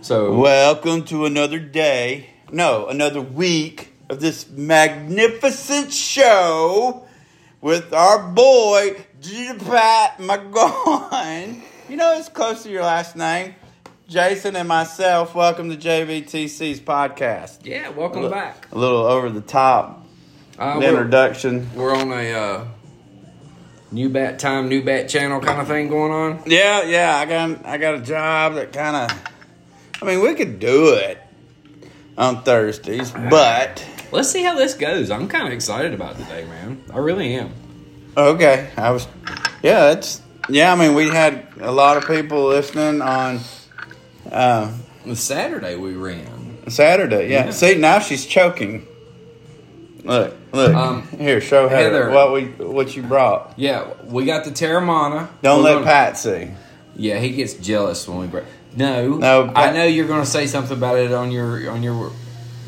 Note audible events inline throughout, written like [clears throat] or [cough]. So Welcome to another day. No, another week of this magnificent show with our boy G Pat McGowan. You know it's close to your last name. Jason and myself, welcome to JVTC's podcast. yeah, welcome back. A little over the top Uh, we're, introduction. we're on a uh, new bat time, new bat channel kind of thing going on. Yeah, yeah, I got I got a job that kind of. I mean, we could do it on Thursdays, but Let's see how this goes. I'm kind of excited about today, man. I really am. Okay, I was. Yeah, it's. Yeah, I mean, we had a lot of people listening on uh, The Saturday we ran. Saturday. Yeah. Yeah. See, now she's choking. Look, look. Um, Here, show Heather, Heather. what we what you brought. Yeah, we got the Terramana. Don't We're let gonna- Pat see. Yeah, he gets jealous when we break. No, No, I Pat- know you're going to say something about it on your on your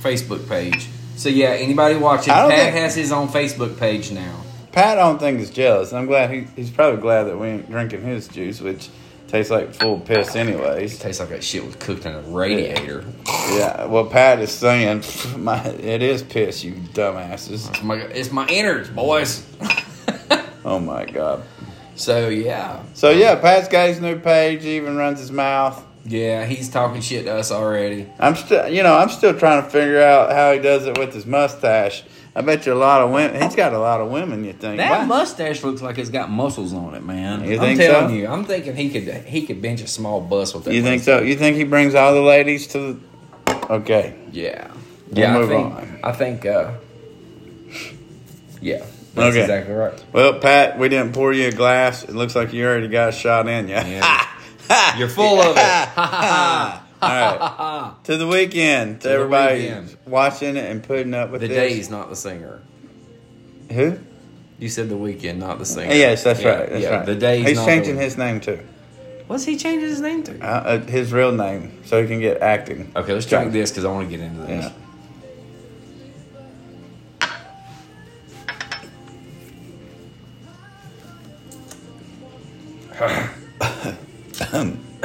Facebook page. So yeah, anybody watching, I Pat don't think- has his own Facebook page now. Pat, I don't think is jealous. I'm glad he, he's probably glad that we ain't drinking his juice, which tastes like full piss, anyways. Tastes like that shit was cooked in a radiator. Yeah. Well, Pat is saying, [laughs] my, it is piss, you dumbasses. It's my, it's my innards, boys. [laughs] Oh my god. so yeah, So yeah, Pat's got his new page. He even runs his mouth. yeah, he's talking shit to us already. I'm still, you know, I'm still trying to figure out how he does it with his mustache. I bet you a lot of women. He's got a lot of women. You think? That Why- mustache looks like it's got muscles on it, man. You I'm think telling so? you, I'm thinking he could he could bench a small bus with that. you think mustache. so? You think he brings all the ladies to? the... Okay. Yeah, We'll yeah. I move think on. I think. Uh, yeah, that's Okay. exactly right. Well, Pat, we didn't pour you a glass. It looks like you already got shot in you. Yeah. [laughs] You're full of it. all [laughs] right. To the weekend, to, the everybody weekend. watching it and putting up with the this. day's not the singer. Who? You said the weekend, not the singer. Yes, that's Yeah, right. That's yeah, right. The day's He's not changing the, his name too. What's he changing his name to? Uh, uh, his real name, so he can get acting. Okay, let's drink this because I want to get into this. Yeah.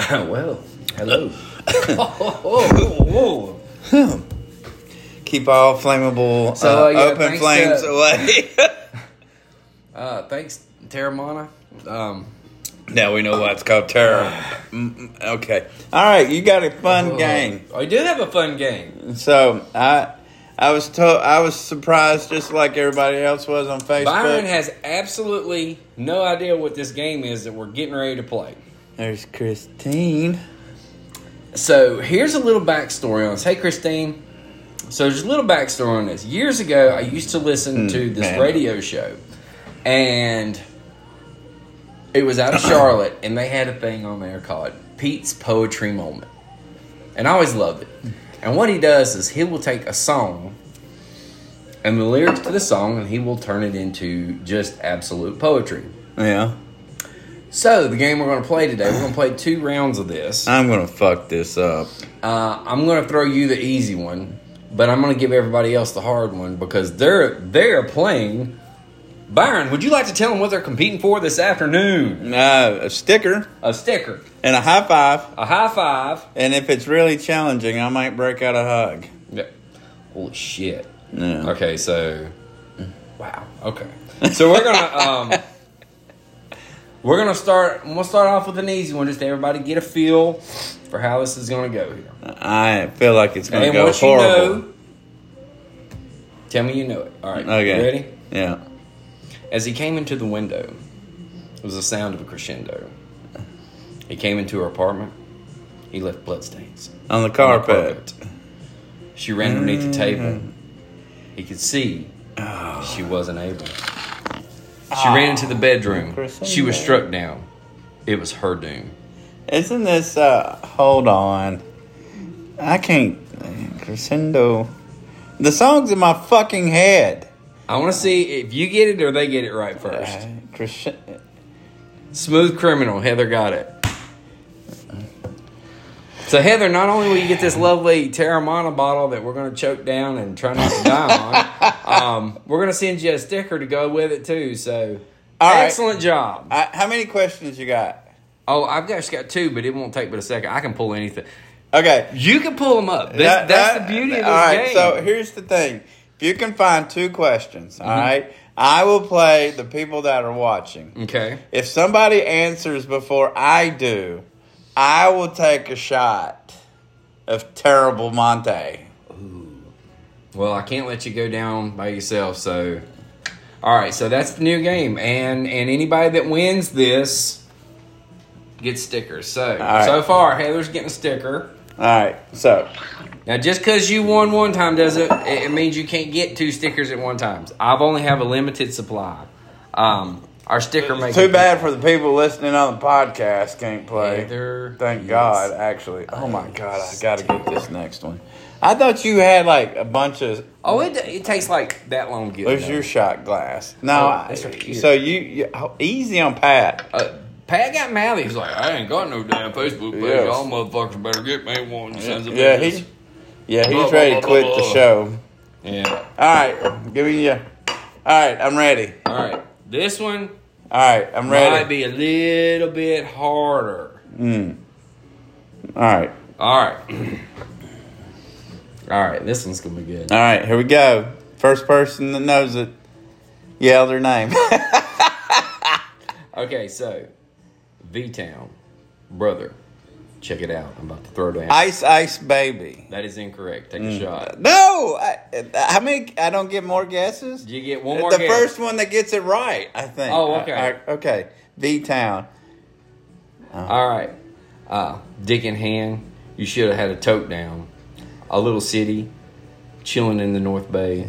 well, hello. oh, oh, [laughs] Keep all flammable, So, uh, uh, yeah, open thanks flames to- away. oh. [laughs] Uh, thanks, Terramana. Um, [laughs] now we know why it's called terror. Oh. Mm, mm, okay. All right, you got a fun uh, game. I do have a fun game. So I, I was told I was surprised, just like everybody else was on Facebook. Byron has absolutely no idea what this game is that we're getting ready to play. There's Christine. So here's a little backstory on this. Hey, Christine. So there's a little backstory on this. Years ago, I used to listen to this man. radio show, and it was out of Charlotte, and they had a thing on there called Pete's Poetry Moment, and I always loved it. And what he does is he will take a song and the lyrics to the song, and he will turn it into just absolute poetry. Yeah, So the game we're going to play today, we're going to play two rounds of this. I'm gonna fuck this up. Uh, I'm gonna throw you the easy one, but I'm gonna give everybody else the hard one because they're they're playing. Byron, would you like to tell them what they're competing for this afternoon? Uh, a sticker A sticker, and a high five, a high five. and if it's really challenging, I might break out a hug. Yep. Holy shit. Yeah. Okay, so wow. Okay, so we're [laughs] gonna um, we're gonna start. We'll start off with an easy one, just to everybody get a feel for how this is gonna go here. I feel like it's gonna And go once horrible. you know, tell me you know it. All right. Okay. You ready? Yeah. As he came into the window, it was the sound of a crescendo. He came into her apartment. He left bloodstains. On on the the carpet. Mm-hmm. She ran underneath the table. He could see she wasn't able. She ran into the bedroom. She was Ah. Crescendo. struck down. It was her doom. Isn't this uh hold on. I can't crescendo. The song's in my fucking head. I want to see if you get it or they get it right first. Uh, crescendo. Smooth criminal. Heather got it. So Heather, not only will you get this lovely Terramana bottle that we're going to choke down and try not to die [laughs] on, um, we're going to send you a sticker to go with it too. So, All right. excellent job. I, how many questions you got? Oh, I've just got two, but it won't take but a second. I can pull anything. Okay. You can pull them up. This, That- that's that- the beauty of this all right, game. Mm-hmm. So here's the thing: if you can find two questions, all right, I will play the people that are watching. okay. If somebody answers before I do, I will take a shot of terrible Monte. Well, I can't let you go down by yourself. So, all right. So that's the new game, and and anybody that wins this gets stickers. So right. so far, Heather's getting a sticker. All right, so Now, just because you won one time doesn't it, it means you can't get two stickers at one time. I've only have a limited supply. Um, our sticker maker. too bad for the people listening on the podcast can't play. Heather Thank is- God, actually. Oh my God, I gotta get this next one. I thought you had like a bunch of Oh, it, it takes like that long to get. There's it your done. shot glass. No, Oh, I- that's right here. so you, you oh, easy on Pat. Uh, Pat got mad. He was like, "I ain't got no damn Facebook page. Yes. Y'all motherfuckers better get me one." Sons of Yeah, bitches." he, yeah, Blah, he's blah, ready blah, to quit blah, the blah. show. yeah. All right, give me your. All right, I'm ready. All right, this one All right, I'm might ready. be a little bit harder. All right, All right, [clears throat] all right, this one's gonna be good. all right, here we go. First person that knows it, yell their name. [laughs] Okay, so V Town, brother, check it out. I'm about to throw down. ice, ice, baby. that is incorrect. Take a Mm. shot. No, I, how many? I don't get more guesses. Did you get one more? the guess? first one that gets it right, I think. Oh, okay. I- I- okay, V Town. All right, uh, Dick in hand. You should have had a tote down. A little city, chilling in the North Bay.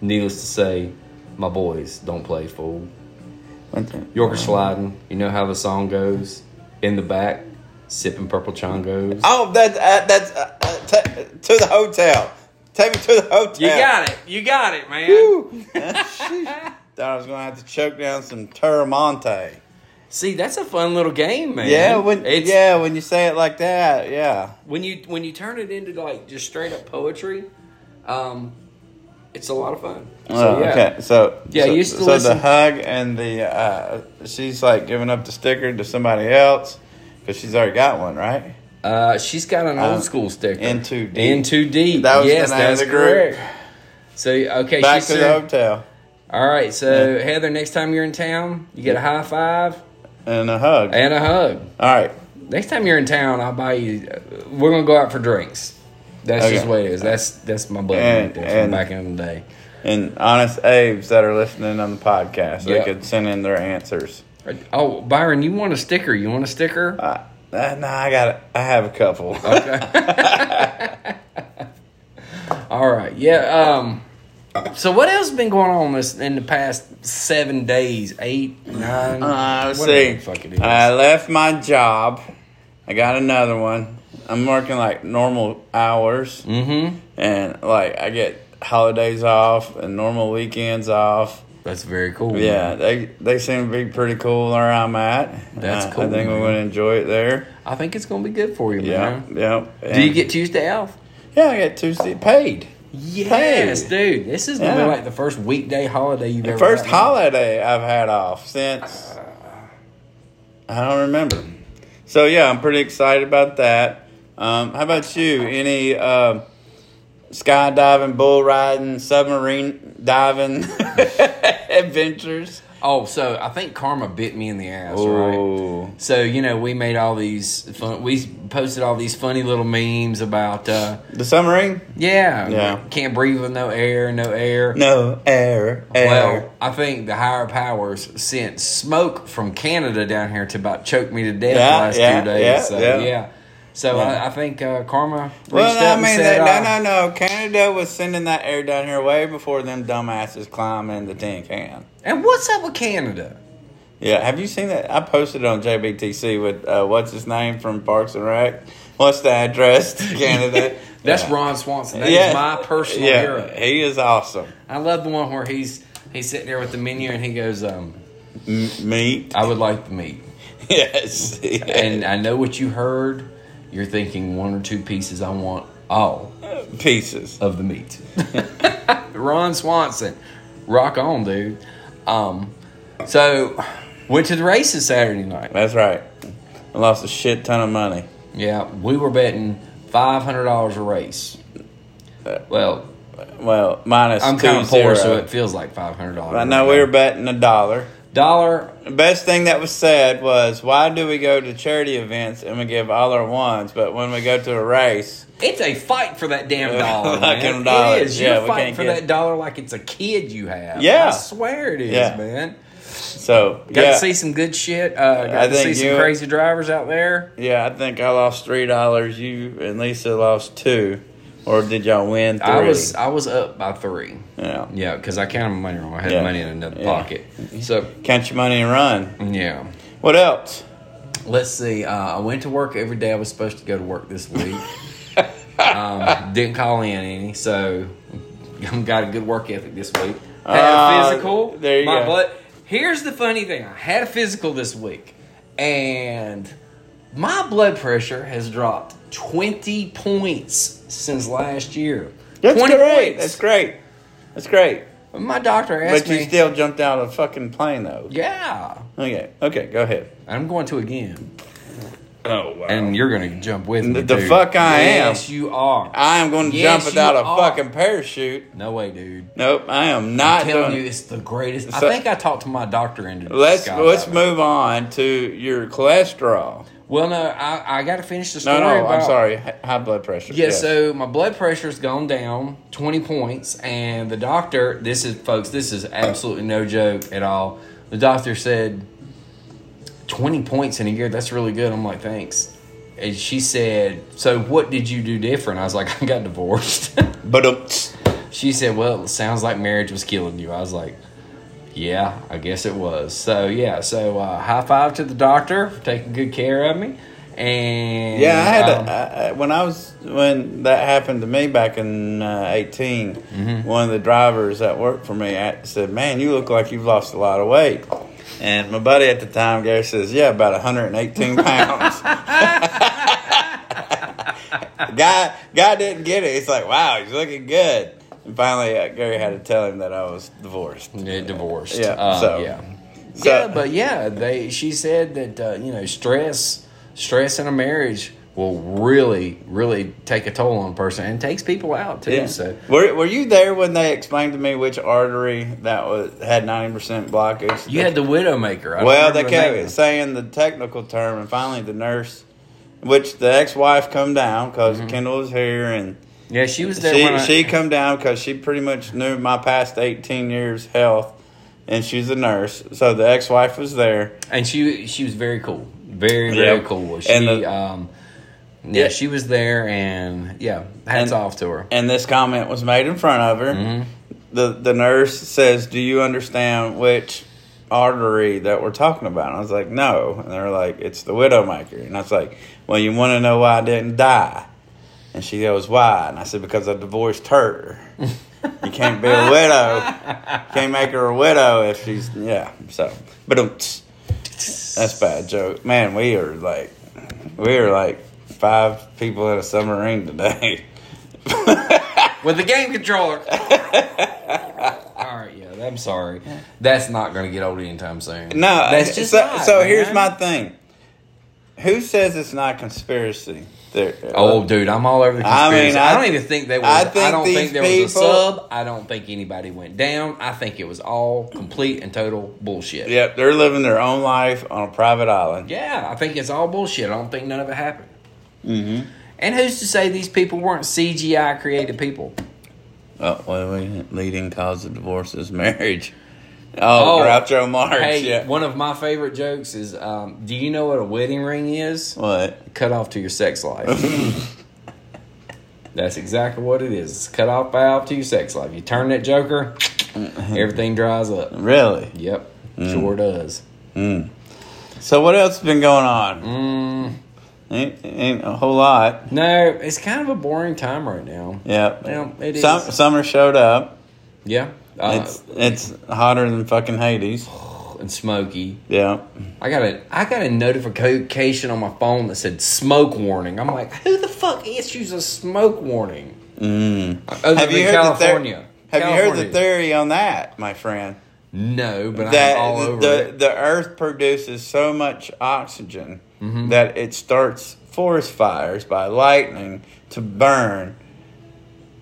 Needless to say, my boys don't play fool. Yorker sliding. You know how the song goes. In the back, sipping purple chongos. Oh, that's uh, that's uh, uh, ta to the hotel. Take me to the hotel. You got it. You got it, man. Woo. [laughs] Thought I was gonna have to choke down some Terramonte. See, that's a fun little game, man. Yeah, when it's yeah when you say it like that, yeah. when you when you turn it into like just straight up poetry, um, it's a lot of fun. Oh, Okay, so Yeah, so, you used to so the listen- hug and the uh, she's like giving up the sticker to somebody else because she's already got one, right? Uh, she's got an Um, old school sticker. In Too Deep. In too deep. That was the yes, name of that's the group. correct. So okay, Back she to the said- hotel all right. So Heather, next time you're in town, you get a high five and a hug. and a hug. All right, Next time you're in town, I'll buy you. uh, We're gonna go out for drinks. That's Okay. just what it is. That's that's my buddy And- right there from and- back in the day. and honest Abe's that are listening on the podcast, Yeah. they could send in their answers. Oh, Byron, you want a sticker? You want a sticker? Uh, uh, no, I got. I have [laughs] a couple. All right. Yeah. Um. So what else has been going on this in the past seven days? Eight, nine. Uh, let's whatever see. the Fuck it is. I left my job. I got another one. I'm working like normal hours, mm-hmm. and like I get holidays off and normal weekends off. That's very cool. Yeah, they they seem to be pretty cool where I'm at. That's Uh, I cool, think we're man. gonna enjoy it there. I think it's gonna be good for you, Yeah, man. yeah. Do you get Tuesday off? Yeah, I get Tuesday paid. Yes, dude. This is gonna Yeah. be like the first weekday holiday you've ever. First gotten. holiday I've had off since I don't remember. So yeah, I'm pretty excited about that. Um, how about you? Any uh, skydiving, bull riding, submarine diving [laughs] adventures? Oh, so I think karma bit me in the ass, right? Oh, So you know, we made all these fun. We posted all these funny little memes about, uh, the submarine? yeah, Yeah. can't breathe with no air, no air. No air, air. Well, I think the higher powers sent smoke from Canada down here to about choke me to death Yeah, the last yeah, two days. yeah, so yeah. yeah, so Yeah. I, I think uh, karma reached Well, out I and mean, said, that, uh, no, no, no. Canada was sending that air down here way before them dumbasses climbed in the tin can. And what's up with Canada? Yeah, have you seen that? I posted it on JBTC with uh, what's his name from Parks and Rec. What's the [laughs] address to Canada? That's Yeah. Ron Swanson. That is my personal Yeah, hero. He is awesome. I love the one where he's he's sitting there with the menu and he goes, um, M- meat. [laughs] "I would like the meat." yes. And I know what you heard. You're thinking one or two pieces. I want all pieces. of the meat. [laughs] Ron Swanson, rock on, dude. Um, so went to the races Saturday night. That's right. I lost a shit ton of money. Yeah, we were betting five hundred dollars a race. Well, Well, minus I'm two kind of poor, so zero. it feels like five hundred dollars. I know we were betting a dollar. dollar. The best thing that was said was, "Why do we go to charity events and we give all our ones, but when we go to a race, It's a fight for that damn [laughs] Yeah, dollar, like man. them dollars. It is. Yeah, You're we fighting can't for get- that dollar like it's a kid you have. Yeah. I swear it is, Yeah. man. so Got yeah, to see some good shit. Uh, got I to see think some you- crazy drivers out there. yeah." I think I lost three dollars. You and Lisa lost two, or did y'all win three? I was I was up by three. yeah. Yeah, because I counted my money wrong. I had Yeah. money in another Yeah. pocket. So Count your money and run. yeah. What else? Let's see. Uh, I went to work every day. I was supposed to go to work this [laughs] week. um, didn't call in any, so I've got a good work ethic this week. Had Ah, a physical. there you my go. Butt. Here's the funny thing. I had a physical this week, and my blood pressure has dropped 20 points since last year. That's 20 great. points. That's great. That's great. My doctor asked but you me. still jumped out of a fucking plane though. yeah, Okay. Okay. Go ahead. I'm going to again, Oh wow. and you're going to jump with me. The too. fuck I am. Yes, you are. I am going to Yes, jump without you a are. fucking parachute. No way, dude. Nope, I am I'm not telling doing. you, it's the greatest. I So- think I talked to my doctor into let's skydiving. let's move on to your cholesterol. Well, no, I, I got to finish the story. No, no, I'm about- sorry. Hi- High blood pressure. Yeah, Yes. so my blood pressure's gone down 20 points, and the doctor, this is, folks, this is absolutely no joke at all. The doctor said, 20 points in a year, that's really good. I'm like, thanks. And she said, So what did you do different? I was like, [laughs] I got divorced. but um, tsk. She said, "Well, it sounds like marriage was killing you." I was like, "Yeah, I guess it was." So yeah, so uh, high five to the doctor for taking good care of me. And yeah, I had um, a, I, I- when I was when that happened to me back in uh, 18. One of the drivers that worked for me I said, "Man, you look like you've lost a lot of weight." And my buddy at the time, Gary, says, "Yeah, about 118 pounds." [laughs] guy guy didn't get it. He's like, wow, he's looking good. And finally, uh, Gary had to tell him that I was divorced. yeah, divorced. Yeah, Um, so- yeah, so- yeah, but yeah, they. She said that uh, you know stress, stress in a marriage will really, really take a toll on a person and takes people out too. Yeah. So Were Were you there when they explained to me which artery that was had ninety percent blockage? you had the widowmaker. I don't well, remember they the kept name. saying the technical term, and finally the nurse, which the ex-wife come down because Mm-hmm. Kendall was here, and Yeah, she was there. when she I, she come down because she pretty much knew my past eighteen years health, and she's a nurse, so the ex-wife was there. and she she was very cool, very very Yeah. cool. She And the- um, yeah, Yeah. she was there, and yeah, hats And- off to her. and this comment was made in front of her. The the nurse says, "Do you understand which artery that we're talking about?" And I was like, "No," and they're like, "It's the widowmaker." And I was like, "Well, you want to know why I didn't die?" And she goes, "Why?" And I said, "Because I divorced her. you can't be a widow. You can't make her a widow if she's yeah." So, but um, that's a bad joke, man. We are like, we are like five people in a submarine today. [laughs] With the game controller. All right, yeah, I'm sorry. That's not going to get old anytime soon. No, uh, that's just so. not, so here's man. my thing. Who says it's not conspiracy? uh, There, Oh, dude, I'm all over the I mean, conspiracy. I, I- don't even think they was. I I, think don't these think there was a people- sub. I don't think anybody went down. I think it was all complete and total bullshit. yep, they're living their own life on a private island. Yeah, I think it's all bullshit. I don't think none of it happened. Mm-hmm. And who's to say these people weren't CGI created people? Oh, well, we- leading cause of divorce is marriage. Oh. Oh, Groucho Marx. Hey, yeah. one of my favorite jokes is, um, do you know what a wedding ring is? What? Cut off to your sex life. [laughs] That's exactly what it is. It's cut off valve to your sex life. You turn that joker, everything dries up. Really? Yep, Mm. sure does. So what else has been going on? Mm. Ain't, ain't a whole lot. No, it's kind of a boring time right now. Yep. Well, it Sum- is. Summer showed up. Yeah, uh, It's it's hotter than fucking Hades. and smoky. Yeah. I got a I got a notification on my phone that said smoke warning. I'm like, who the fuck issues a smoke warning? Mm. Other Have than you heard California? The ther- have you heard the California. theory on that, my friend? No, but that I'm all the, over the, it. Mm-hmm. the earth produces so much oxygen that it starts forest fires by lightning to burn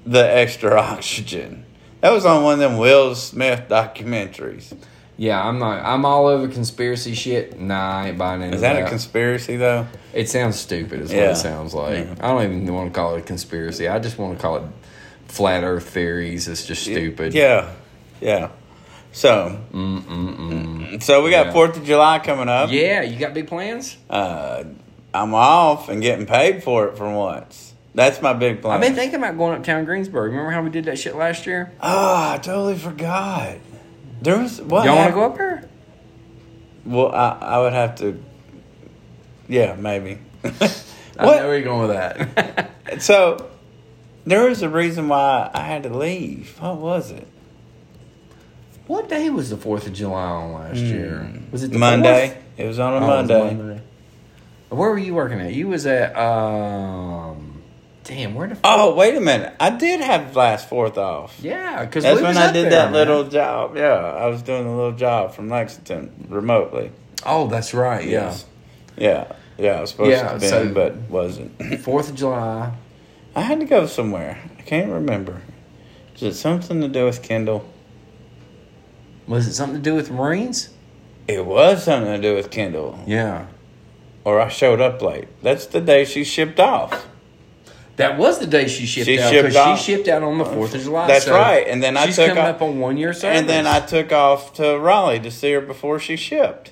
the extra [laughs] oxygen. That was on one of them Will Smith documentaries. Yeah, I'm not. I'm all over conspiracy shit. Nah, I ain't buying into Is that that. a conspiracy though? it sounds stupid. Is what Yeah. it sounds like. I don't even want to call it a conspiracy. I just want to call it flat Earth theories. It's just stupid. Yeah, yeah. So, so we got Yeah. Fourth of July coming up. Yeah, you got big plans? Uh, I'm off and getting paid for it for once. That's my big plan. I've been thinking about going uptown Greensburg. Remember how we did that shit last year? Oh, I totally forgot. There was what? Y'all want to hap- go up there? Well, I, I would have to. Yeah, maybe. [laughs] I know what? where you're going with that. So there was a reason why I had to leave. What was it? [laughs] what day was the Fourth of July on last year? Was it the Hmm. Monday. 4th? It was on a Oh, it was Monday. Where were you working at? You was at um, damn, where the f- Oh, wait a minute. I did have last fourth off. yeah, because That's when I did that little job. Yeah, I was doing a little job from Lexington remotely. Oh, that's right. Yeah, Yeah. Yeah, I was supposed Yeah, to be, so- but wasn't. [clears throat] Fourth of July. I had to go somewhere. I can't remember. Is it something to do with Kindle? Was it something to do with Marines? It was something to do with Kindle. Yeah, Or I showed up late. That's the day she shipped off. that was the day she shipped She out. shipped 'cause off. she shipped out on the Fourth of July. That's so right, and then I she's took coming off- up on one year service. And then I took off to Raleigh to see her before she shipped.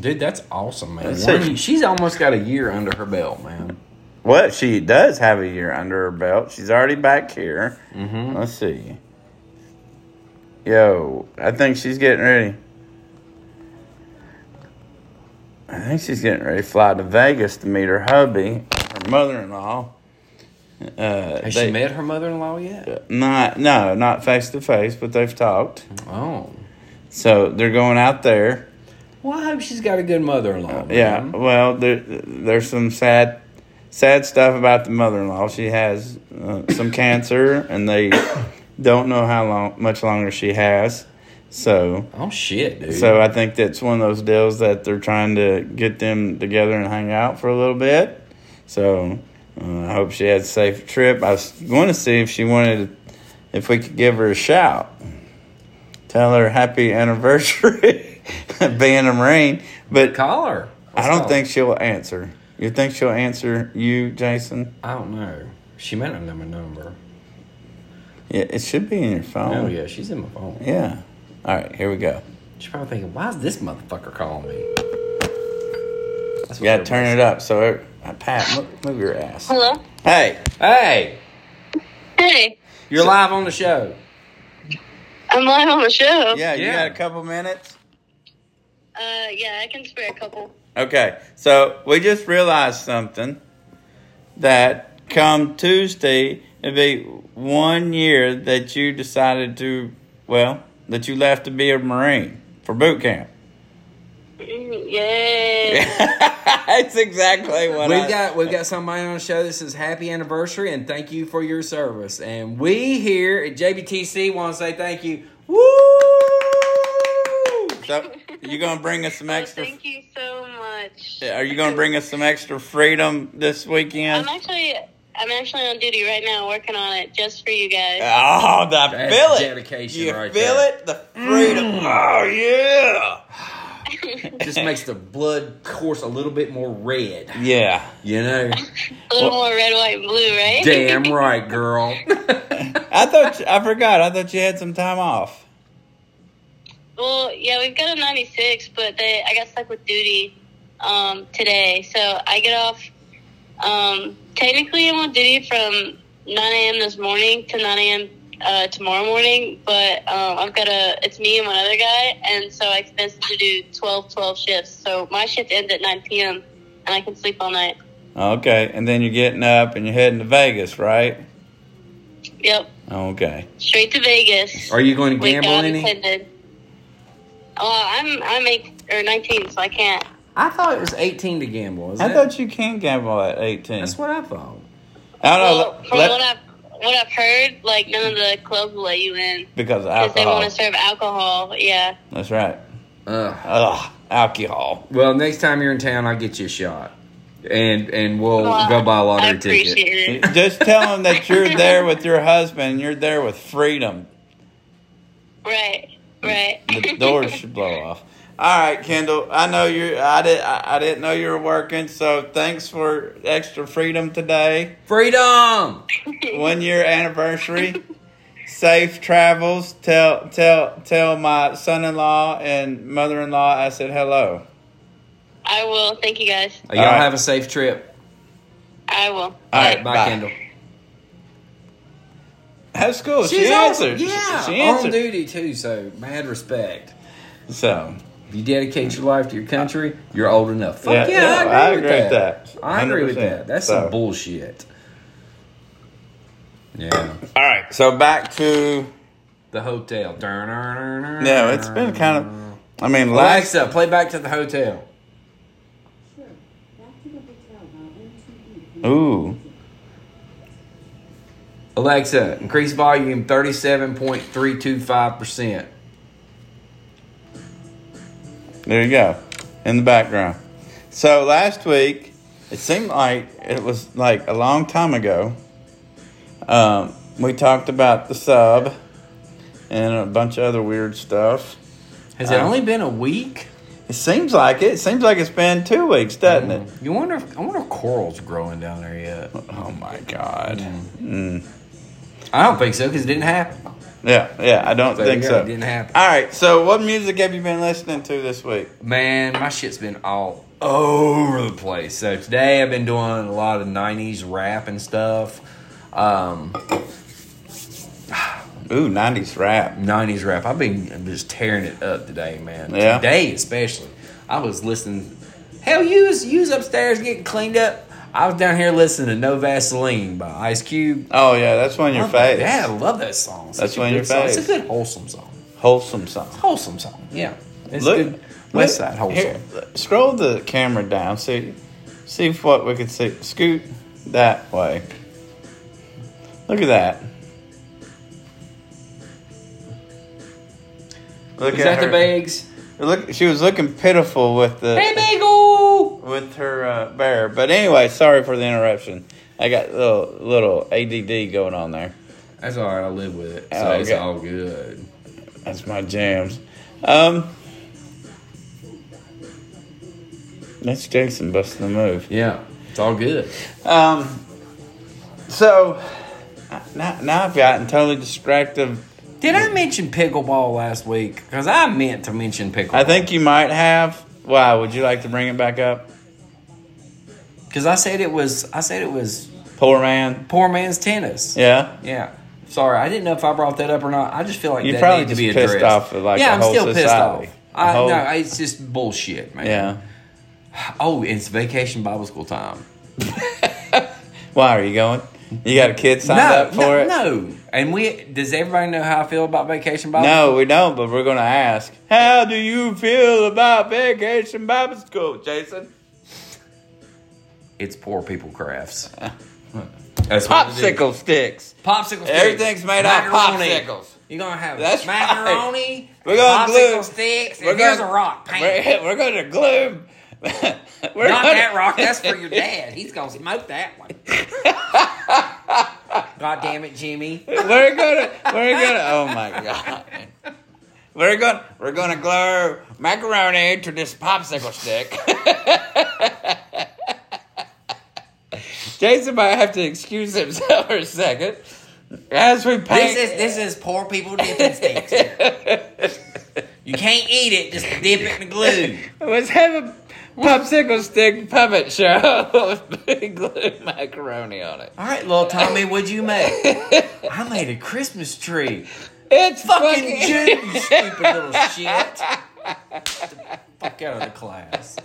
Dude, that's awesome, man. That's One it. year- she's almost got a year under her belt, man. What she does have a year under her belt. She's already back here. Mm-hmm. Let's see. Yo, I think she's getting ready. I think she's getting ready to fly to Vegas to meet her hubby, her mother-in-law. Uh, Has they- she met her mother-in-law yet? Not no, not face to face, but they've talked. Oh, So they're going out there. well, I hope she's got a good mother-in-law. Yeah, man. well, there, there's some sad, sad stuff about the mother-in-law. She has uh, some cancer, and they don't know how long, much longer she has. So, Oh shit, dude. so I think that's one of those deals that they're trying to get them together and hang out for a little bit. So, uh, I hope she had a safe trip. I was going to see if she wanted, if we could give her a shout, tell her happy anniversary, [laughs] being a marine, but. call her. Let's I don't call think she'll answer. You think she'll answer you, Jason? her. I don't know. She might not know my number. Yeah, it should be in your phone. Oh yeah, she's in my phone. Yeah. All right, here we go. She's probably thinking, why is this motherfucker calling me? That's You gotta turn it up. So, it- uh, Pat, mo- move your ass. Hello. Hey, Hey, Hey, you're live on the show. I'm live on the show. yeah, you Yeah. got a couple minutes? Uh, yeah, I can spare a couple. Okay, so we just realized something that come Tuesday, it'll be one year that you decided to, well, that you left to be a Marine for boot camp. [laughs] Mm, Yay! That's exactly what I We've got we've got somebody on the show that says happy anniversary and thank you for your service. And we here at JBTC want to say thank you. Woo! [laughs] So you gonna bring us some Oh, extra? thank you so much. Are you gonna bring us some extra freedom this weekend? I'm actually, I'm actually on duty right now, working on it just for you guys. Oh, the That's feel it. dedication you right feel there. Mm. it? The freedom. Oh yeah. Just makes the blood course a little bit more red. Yeah. You [laughs] know, a little more red, white, and blue, right? damn right, girl. [laughs] I thought you- I forgot. I thought you had some time off. Well, yeah, we've got a 96, but they, I got stuck with duty um, today, so I get off. Um, technically, I'm on duty from 9 a.m. this morning to 9 a.m. Uh, tomorrow morning, but um, I've got a. It's me and one other guy, and so I expected to do 12, 12 shifts. So my shift ends at 9 p.m. and I can sleep all night. Okay, and then you're getting up and you're heading to Vegas, right? Yep, Okay. straight to Vegas. Are you going to With gamble God any? intended. Oh, I'm I'm eight or 19, so I can't. I thought it was eighteen to gamble. Is I it? thought you can gamble at 18. That's what I thought. I don't know. Well, from let- what I've what I've heard, like none of the clubs will let you in because of because they alcohol. want to serve alcohol. Yeah, That's right. Ugh. Ugh. [laughs] alcohol. Well, next time you're in town, I'll get you a shot, and and we'll Well, go buy a I lottery appreciate ticket. [laughs] it. Just tell them that you're there with your husband. and You're there with freedom. Right, right. The [laughs] doors should blow off. All right, Kendall. I know you're. I did. I, I didn't know you were working. So thanks for extra freedom today. Freedom. One year anniversary. Safe travels. Tell tell tell my son-in-law and mother-in-law I said hello. I will. Thank you guys. Y'all right. have a safe trip. I will. All All right, right, bye, bye. Kendall. That's cool. She's she awesome. answered. Yeah, She answered. on duty too. So mad respect. So If you dedicate your life to your country, you're old enough. Fuck yeah, I, agree with that. I agree with that. That's some 100%. bullshit. Yeah. All right. So back to The hotel. no. No, It's been kind of. I mean, last Alexa, play back to the hotel. Sure. Back to the hotel while MTV. ooh. Alexa, increase volume 37.325%. There you go, in the background. So last week, it seemed like it was like a long time ago. Um, we talked about the sub and a bunch of other weird stuff. Has it Uh, only been a week? It seems like it. It seems like it's been two weeks, doesn't it? You wonder if I wonder if coral's growing down there yet. Oh my god. Mm. I don't think so because it didn't happen. Yeah, yeah. I don't So think yeah, so. it didn't happen. All right. So, what music have you been listening to this week? Man, my shit's been all over the place. So today I've been doing a lot of '90s rap and stuff. Um, Ooh, nineties rap. '90s rap. I've been I'm just tearing it up today, man. Yeah. Today especially, I was listening. Hell, you was, you was upstairs getting cleaned up. I was down here listening to No Vaseline by Ice Cube. Oh yeah, that's one of your I love- faves. Yeah, I love that song. Such That's a one of good your song. It's faves. a good wholesome song. Wholesome song. Wholesome song. Yeah. It's Look- good. West look- Side wholesome. here, scroll the camera down. See, see if what we could see. Scoot that way. Look at that. Look Is at that her. the bags? Look, she was looking pitiful with the Hey, bagel. with her uh, bear. But anyway, sorry for the interruption. I got little little ADD going on there. That's all right. I live with it, so Oh, it's okay. all good. That's my jams. Um, that's Jason busting the move. Yeah, it's all good. Um, so I- now, now I've gotten totally distracted. Did I mention pickleball last week? Because I meant to mention pickleball. I think you might have. Why would you like to bring it back up? because I said it was. I said it was Poor man. poor man's tennis. Yeah. Yeah. Sorry, I didn't know if I brought that up or not. I just feel like You that probably needed just to be pissed addressed. off at, like, yeah, the I'm whole still society. pissed off. The I, whole- No, it's just bullshit, man. Yeah. Oh, it's vacation Bible school time. Why are you going? You got a kid signed no, up for no, it? no. And we does everybody know how I feel about vacation Bible? No, we don't, but we're going to ask. How do you feel about vacation Bible school, Jason? It's poor people [laughs] crafts. That's what it is. Popsicle sticks. Popsicle sticks. Everything's made out of Macaroni. popsicles. You're gonna have That's macaroni, We're gonna popsicle glue- sticks, we're and here's a gonna- rock. Paint. [laughs] We're, we're going to glue. [laughs] we're Not gonna- that rock. That's [laughs] for your dad. He's gonna smoke that one. God damn it, Jimmy! we're gonna we're gonna oh my god we're gonna we're gonna glue macaroni to this popsicle stick jason might have to excuse himself for a second as we paint This is this is poor people dipping sticks. [laughs] You can't eat it. Just dip it in the glue. let's have a popsicle stick puppet show [laughs] with big glue macaroni on it All right, little Tommy, what'd you [laughs] make? I made a Christmas tree. it's fucking fucking June, you stupid little shit. Get the fuck out of the class.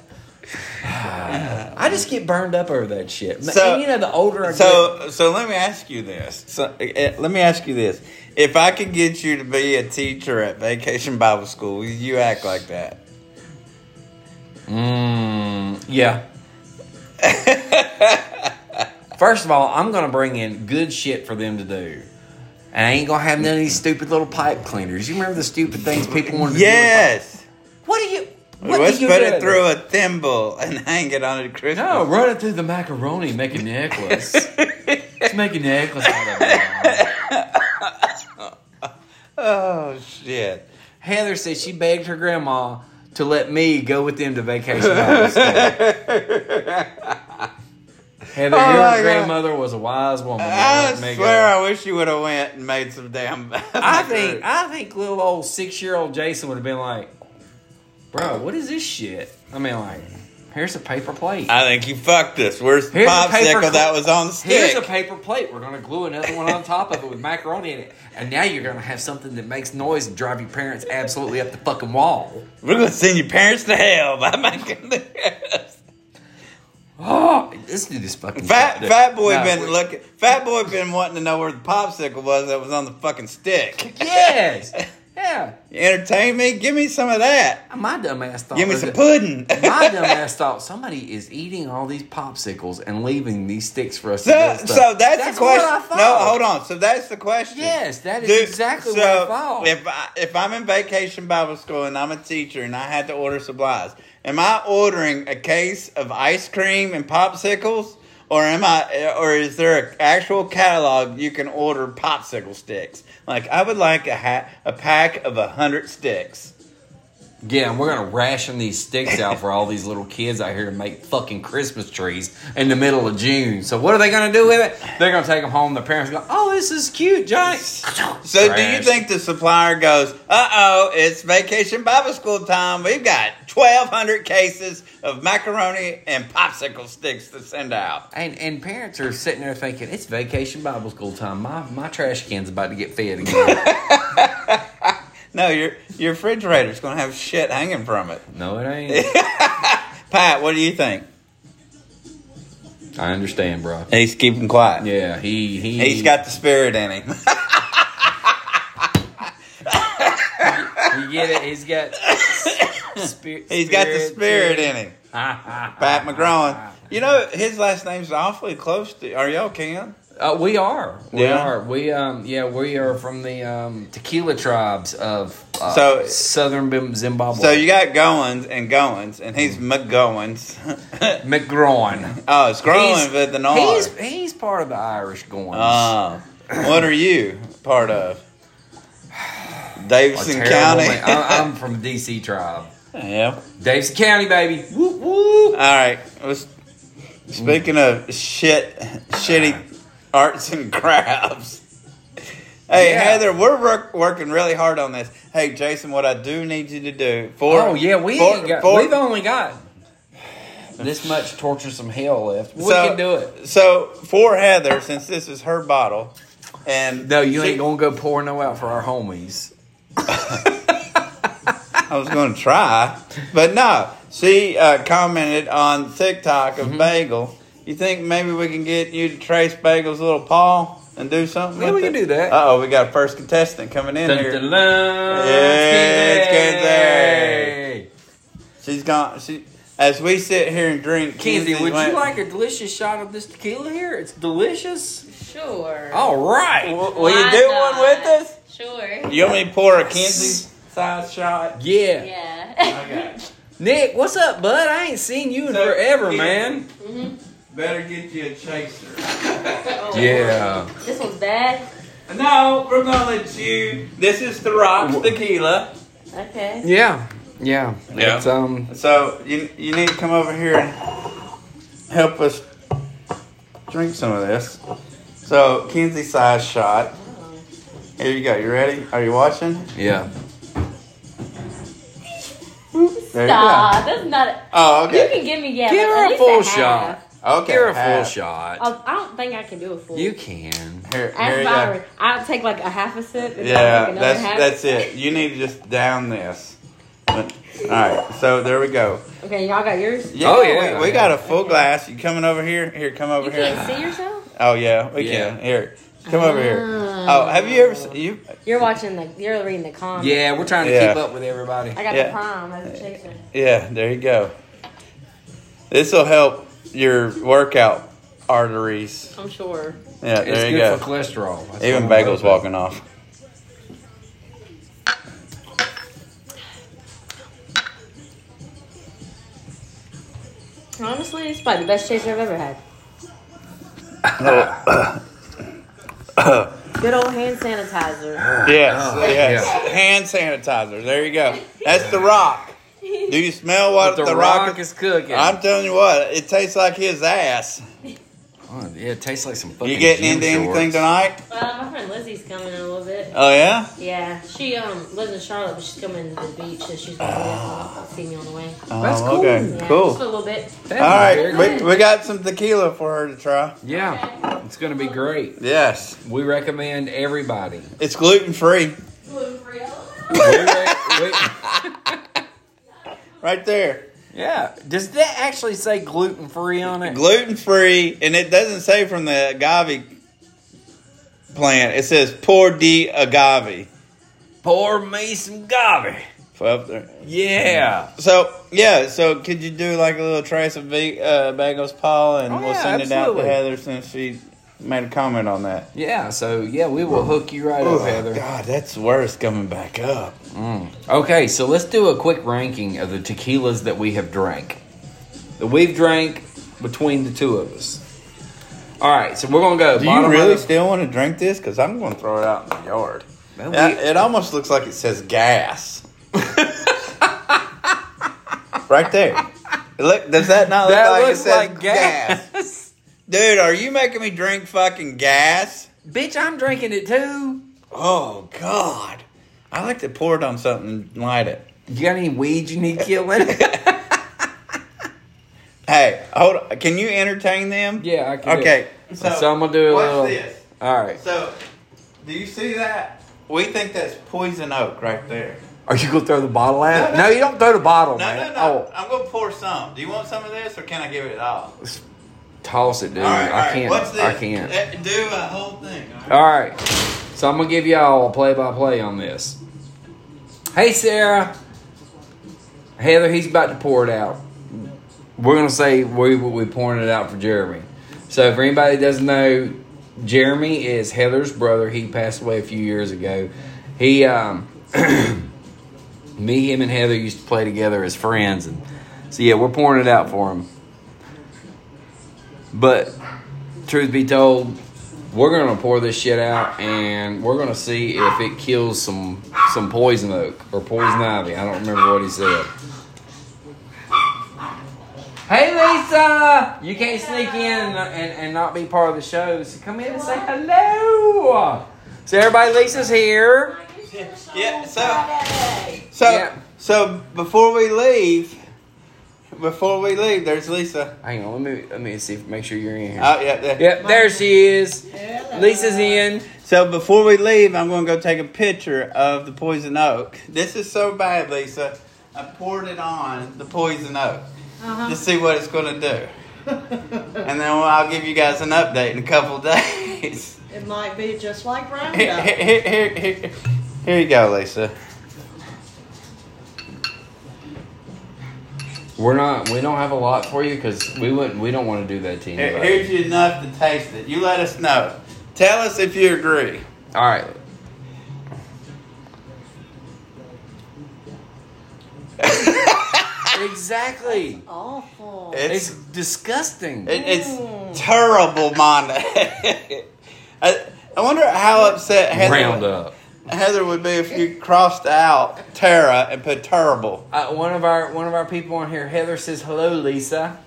[sighs] I just get burned up over that shit. So- and you know, the older I get, So, so let me ask you this. So, uh, let me ask you this: If I could get you to be a teacher at Vacation Bible School, will you act like that? mm, yeah. [laughs] First of all, I'm gonna bring in good shit for them to do. And I ain't gonna have none of these stupid little pipe cleaners. You remember the stupid things people wanted to do? with Yes. What do you? What Let's do you put do? it through a thimble and [laughs] hang it on a Christmas. No, run it through the macaroni, make a necklace. Let's make a necklace out of it. Oh shit. Heather said she begged her grandma to let me go with them to vacation Bible school. Heather, my God. your grandmother was a wise woman. They I let me go. swear, I wish you would have went and made some damn. [laughs] I think I think little old six year old Jason would have been like, "Bro, what is this shit?" I mean, like, here's a paper plate. I think you fucked us. Where's the Here's a paper popsicle clip. that was on the Here's stick? a paper plate. We're gonna glue another one on top of it with macaroni in it, and now you're gonna have something that makes noise and drive your parents absolutely up the fucking wall. [gasps] We're gonna send your parents to hell by making this. [laughs] Oh, this dude is fucking Fat shit. Fat Boy No, been we- looking. Fat Boy been wanting to know where the popsicle was that was on the fucking stick. Yes, yeah. Entertain me. Give me some of that. My dumbass thought. Give me that- some pudding. My dumbass thought somebody is eating all these popsicles and leaving these sticks for us. to So, do stuff. so that's, the what question. I no, thought. hold on. So that's the question. Yes, that is Dude, exactly so what I thought. If I if I'm in vacation Bible school and I'm a teacher and I had to order supplies, am I ordering a case of ice cream and popsicles, or am I, or is there an actual catalog you can order popsicle sticks? Like I would like a ha- a pack of a hundred sticks. yeah, and we're gonna ration these sticks out for all these little kids out here to make fucking Christmas trees in the middle of June. So what are they gonna do with it? They're gonna take them home. The parents go, "Oh, this is cute, Johnny." So do you think the supplier goes, "Uh oh, it's vacation Bible school time. We've got twelve hundred cases of macaroni and popsicle sticks to send out." And and parents are sitting there thinking it's vacation Bible school time. My my trash can's about to get fed [laughs] again. No, your your refrigerator's gonna have shit hanging from it. no, it [laughs] ain't. Pat, what do you think? I understand, bro. He's keeping quiet. Yeah, he he He's got the spirit in him. [laughs] You get it? He's [laughs] got spirit. He's got the spirit in him. [laughs] Pat McGrawan. You know his last name's awfully close to. Are y'all kin? Uh, we are. We Yeah. are. We um yeah, we are from the um tequila tribes of uh, So- southern Bim- Zimbabwe. So you got Goins and Goins, and he's McGoins. [laughs] McGrawn. oh, it's growing He's- with an R. He's he's part of the Irish Goins. Oh. what are you part of? A Davidson terrible County. man. I, I'm from the DC tribe. [laughs] yeah. Davidson County, baby. Whoop whoop. All right. Let's, speaking of shit, shitty arts and crafts. Hey Yeah. Heather, we're work, working really hard on this. Hey Jason, what I do need you to do for oh yeah, we for- ain't got, for- we've only got this much torturesome hell left. We So- can do it. So for Heather, since this is her bottle, and No, you she- ain't gonna go pour no out for our homies. I was going to try, but no. She uh, commented on TikTok Mm-hmm. of Bagel. You think maybe we can get you to trace Bagel's little paw and do something? Yeah, with we can it? do that. Uh oh, we got a first contestant coming in here. Dun-dun-dun. Yeah, it's good there. Yay. She's gone. She as we sit here and drink. Kenzie, would went- you like a delicious shot of this tequila here? It's delicious. Sure. All right. Will, will you Why do not? one with us? Sure. You want me to pour a Kenzie size shot? Yeah. Yeah. [laughs] Okay. Nick, what's up, bud? I ain't seen you in So, forever, yeah. man. Better get you a chaser. [laughs] Oh, Yeah. This one's bad. No, we're gonna let you. This is the rocks tequila. Okay. Yeah. Yeah. Yeah. It's, um, So you you need to come over here and help us drink some of this. So Kinsey size shot. Here you go. You ready? Are you watching? yeah. There you Stop. That's not. go. Oh, You okay. can give me yeah. Give like, her at a least full half. shot. Okay. Give her a Oh. full half. shot. I'll, I don't think I can do a full. You can. Here, here you That's go. fine. I'll take like a half a sip. And Yeah, I'll take another that's half. that's it. You need to just down this. All right. So there we go. Okay, y'all got yours. Yeah, Oh, yeah. we, we got a full glass. You coming over here? Here, come over You here. can't see yourself. Oh yeah, we Yeah. can. Here, come over here. Ah. Oh, have you ever s- you You're watching the. You're reading the comments. Yeah, we're trying to Yeah. keep up with everybody. I got Yeah. the prime as a chaser. Yeah, there you go. This will help your workout arteries. I'm sure. Yeah, there It's you good go. for cholesterol. That's what Even I'm Bagel's about. walking off. honestly, it's probably the best chaser I've [coughs] ever had. Good old hand Ah, sanitizer. Yes, yes. Hand sanitizer. There you go. That's the rock. Do you smell what But the, the, rock, rock, is cooking. I'm telling you what, it tastes like his ass. Oh, yeah, it tastes like some fucking. You getting gym into shorts. anything tonight? Well, my friend Lizzie's coming in a little bit. Oh yeah. Yeah, she um lives in Charlotte, but she's coming to the beach, so she's gonna be up to see me on the way. That's oh, cool. Okay. Yeah, Cool. Just for a little bit. That All is very right, good. we, we got some tequila for her to try. Yeah, it's gonna be great. Yes, We recommend everybody. it's gluten free, We re- we- right there. [laughs] yeah. Does that actually say gluten free on it? Gluten free, and it doesn't say from the agave plant. It says pour de agave. Pour me some gabe. Up there. Yeah. So yeah, so could you do like a little trace of ba- uh, bagels, Paul, and Oh, we'll yeah, send it out absolutely. to Heather since she made a comment on that. Yeah. So yeah, we will hook you right Oh, up, Heather. God, that's worse coming back up. Okay, so let's do a quick ranking of the tequilas that we have drank. That we've drank between the two of us. All right, so we're gonna go. Do you bottom really of the- still want to drink this? Because I'm going to throw it out in the yard. Well, we- That- it almost looks like it says gas. right there. Look, does that not look that like it looks says like gas. Dude, are you making me drink fucking gas? [laughs] Bitch, I'm drinking it too. Oh God! I like to pour it on something and light it. You got any weed you need [laughs] killing? Hey, hold. On. Can you entertain them? yeah, I can. do Okay. it. So, I'm gonna do a watch little. this. All right. So, do you see that? We think that's poison oak right there. Are you gonna throw the bottle at it? No, No, no. you don't throw the bottle, No, no, man. no. I'm gonna pour some. Do you want some of this, or can I give it all? Oh, toss it, dude. all right, all I right. can't. What's this? I can't. Eh, Do a whole thing. All right. All right. So I'm going to give y'all a play by play on this. Hey, Sarah. Heather, he's about to pour it out. We're going to say we we pouring it out for Jeremy. So, for anybody that doesn't know, Jeremy is Heather's brother. He passed away a few years ago. He, um, [clears throat] me, him, and Heather used to play together as friends. And so, yeah, we're pouring it out for him. But truth be told, we're gonna pour this shit out and we're gonna see if it kills some some poison oak or poison ivy. I don't remember what he said. Hey Lisa, you can't sneak in and, and, and not be part of the show. So come in and say hello. So everybody, Lisa's here. Yeah. So, so, Yeah. so before we leave, before we leave, there's Lisa. Hang on, let me let me see, make sure you're in here. Oh yeah. there. yep, there she is. Lisa's in. So before we leave, I'm going to go take a picture of the poison oak. This is so bad, Lisa. I poured it on the poison oak Uh-huh. to see what it's going to do, and then I'll give you guys an update in a couple [laughs] days. It might be just like [laughs] Here, Roundup. here, here, here- here you go, Lisa. We're not. We don't have a lot for you because we wouldn't. We don't want to do that to Here- anybody. Here's you enough to taste it. You let us know. Tell us if you agree. All right. [laughs] exactly. Awful. It's, It's disgusting. It, it's terrible, Monday. [laughs] I, I wonder how upset Heather, Round up. Heather would be if you crossed out Tara and put terrible. Uh, one of our one of our people on here, Heather, says hello, Lisa.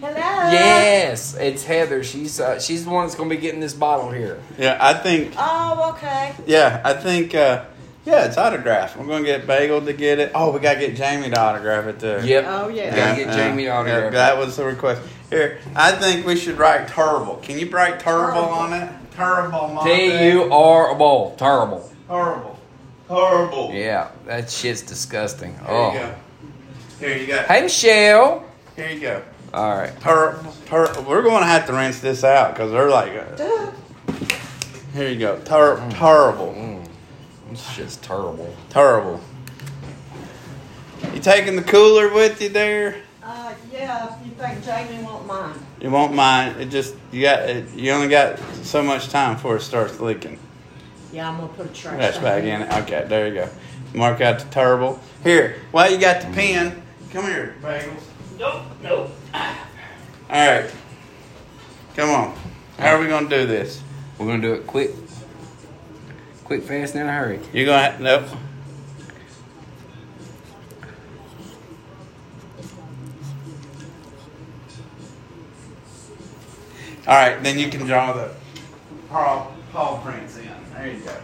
Hello. Yes, it's Heather. She's uh, she's the one that's gonna be getting this bottle here. Yeah, I think. Oh, okay. Yeah, I think. Uh, yeah, it's autographed. We're gonna get Bagel to get it. Oh, we gotta get Jamie to autograph it too. Yep. Oh, yeah. Gotta get Jamie to yeah, autograph. it. that was the request. Here, I think we should write terrible. Can you write terrible on it? Terrible, T Monday. U R ball. Terrible. Horrible. Horrible. E. Yeah, that shit's disgusting. Here oh. you go. Here you go. Hey Michelle. Here you go. All right. Per, per, we're going to have to rinse this out because they're like, uh, here you go, Ter- Mm. terrible, It's just terrible. terrible. You taking the cooler with you there? [laughs] Uh, yeah, if you think Jamie won't mind. You won't mind. It just you got it, you only got so much time before it starts leaking. Yeah, I'm going to put a trash That's back in it. Okay, there you go. Mark out the terrible. Here, while you got the pen, come here, bagels. Nope, nope. All right. Come on. How are we going to do this? We're gonna do it quick, quick, fast, and in a hurry. [laughs] You're going to. Nope. All right, then you can draw the paw, paw prints in. There you go.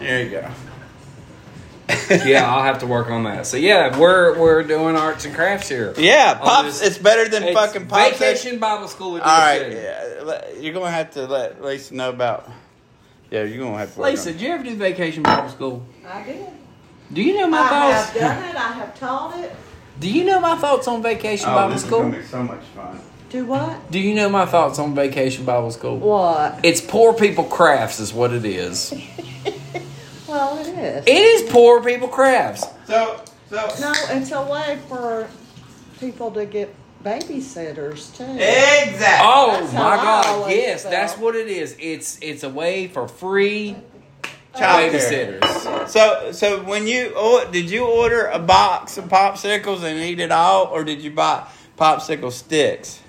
There you go. yeah, I'll have to work on that. So yeah, we're we're doing arts and crafts here. Yeah, I'll pops. just- it's better than It's fucking pops. vacation Bible school. With All right, yeah, le- you're gonna have to let Lisa know about. Yeah, you're gonna have to. work Lisa, on- did you ever do vacation Bible school? I did. Do you know I my have thoughts? done it. I have taught it. Do you know my thoughts on vacation oh, Bible this is school? gonna be so much fun. Do what? Do you know my thoughts on vacation Bible school? What? It's poor people crafts, is what it is. Well, it is. It is poor people crafts. So, so. No, it's a way for people to get babysitters too. Exactly. Oh That's my how I God! always Yes, felt. that's what it is. It's it's a way for free Childcare. babysitters. So, so when you or, did you order a box of popsicles and eat it all, or did you buy popsicle sticks?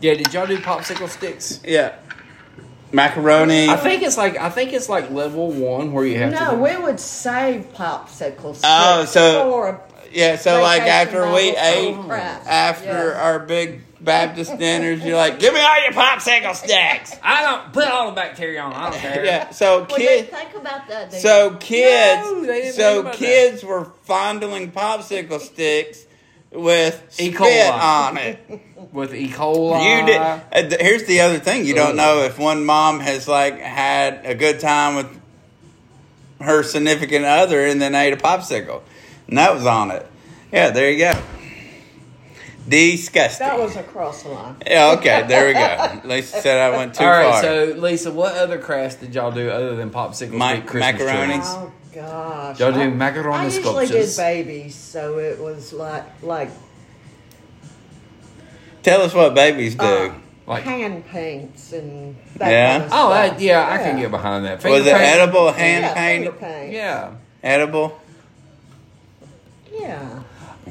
Yeah, did y'all do popsicle sticks? Yeah. Macaroni. I think it's like I think it's like level one where you have No, to. we would save popsicles. Oh, so- for a Yeah, so like Vacation after we Bible ate, school crafts. after Yes. our big Baptist dinners, you're like, give me all your popsicle sticks. I don't put all the bacteria on. I don't [laughs] care. yeah, so Well, they kids, think about that. they- so kids, No, they didn't think so about kids were fondling popsicle sticks with E. spit coli. on it. With E. coli. You did. uh, th- Here's the other thing: you Ooh. don't know if one mom has like had a good time with her significant other and then ate a popsicle, and that was on it. Yeah, there you go. Disgusting. that was a cross line. yeah, okay, there we go. Lisa said I went too All right, far. so Lisa, what other crafts did y'all do other than popsicle Ma- stick Christmas macaroni. trees? Oh gosh. Y'all do I- macaroni I usually sculptures. did babies, so it was like like Tell us what babies do. Uh, Like- hand paints and that Yeah? kind of Oh, stuff. that, yeah, I can get behind that. was it Finger paint- edible? Hand yeah, painted? finger paints. Yeah. Edible? yeah.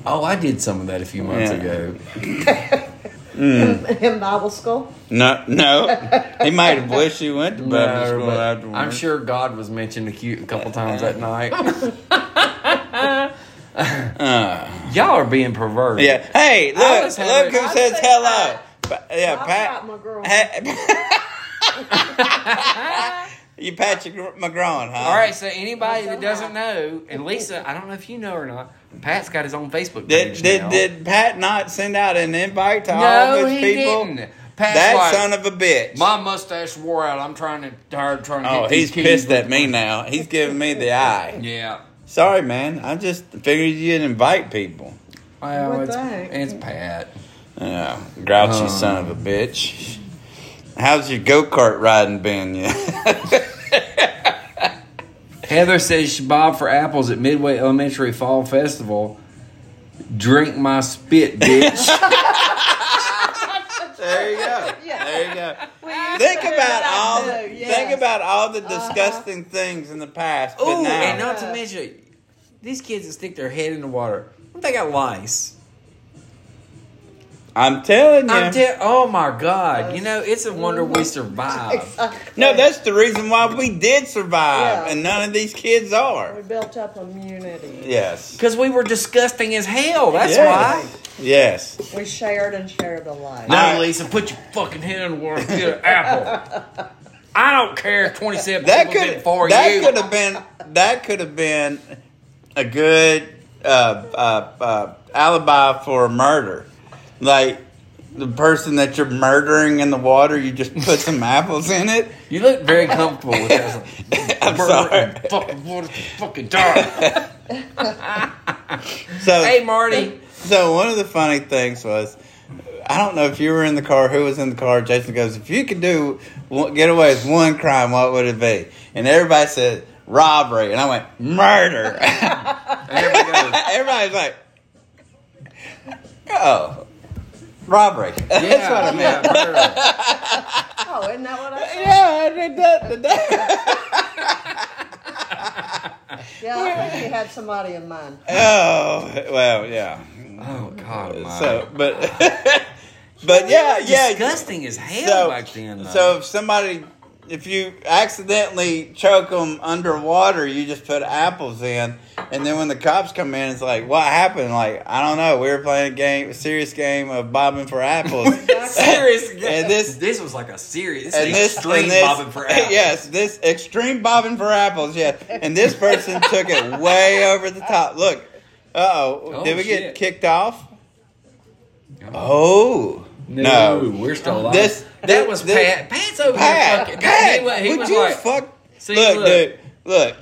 Oh, I did some of that a few months Yeah. ago. [laughs] In Bible school, No, no. he might have wished he went to [laughs] Bible No, school but afterwards. I'm sure God was mentioned a, cute, a couple times [laughs] that night. Uh. Y'all are being perverse. Yeah. Hey, I look, was having- look who I says think hello. that- Pa- yeah, I Pat. got my girl. Hey, [laughs] you Patrick McGrawn, huh? All right, so anybody that doesn't know, and Lisa, I don't know if you know or not, Pat's got his own Facebook Did page. did now. did Pat not send out an invite to all No, of he his people? didn't. Pat's That like, son of a bitch. my mustache wore out. I'm trying to tired of trying to. oh, hit these he's pissed kids. at me now. He's giving me the eye. Yeah. Sorry, man. I just figured you'd invite people. Well, What's it's, that? it's Pat. Yeah, grouchy Uh. son of a bitch. How's your go kart riding been? Yeah. Heather says she bobbed for apples at Midway Elementary Fall Festival. Drink my [laughs] spit, bitch. There you go. Yeah. There [laughs] you go. We Think used to about do all. that too, yes. Think about all the disgusting things in the past, but Uh-huh. Ooh, now and not to mention, these kids that stick their head in the water, what if they got lice? I'm telling you. I'm te- oh my god! You know, it's a wonder [laughs] we survived. no, that's the reason why we did survive, Yeah. and none of these kids we are. built up immunity. Yes. Because we were disgusting as hell. That's Yes. why. Yes. We shared and shared alike. No. No, Lisa, put your fucking head in the water and get an apple. I don't care if 27 That people could did for that you. could have been that could have been a good uh, uh, uh, alibi for a murder, like the person that you're murdering in the water. You just put some [laughs] apples in it. You look very comfortable with that. [laughs] I'm sorry. Fucking water, fucking dark. So Hey, Marty. So one of the funny things was, I don't know if you were in the car, who was in the car. Jason goes, if you could do one- get away with one crime, what would it be? And everybody said robbery, and I went murder. [laughs] There we go. Everybody's like, oh, robbery. [laughs] Yeah, yeah, Oh, isn't that what I said? Yeah, I did that today. Yeah, I think you had somebody in mind. oh well, yeah. Oh God, my. So, but [laughs] But yeah, yeah. disgusting as hell back then. Though. so if somebody, if you accidentally choke them underwater, you just put apples in, and then when the cops come in, it's like, what happened? Like, I don't know. We were playing a game, a serious game of bobbing for apples. serious. [laughs] And this- this was like a serious, And this, extreme and this, bobbing [laughs] for apples. Yes, this extreme bobbing for apples. Yes, and this person took it way over the top. Look, uh oh, Oh, did we shit. get kicked off? Oh no, we're still alive. This- that this- was this- Pat. Pat's over Pat, here fucking. Pat, he, wa- he Oh, would was you like, fuck? See, look, look. dude, look,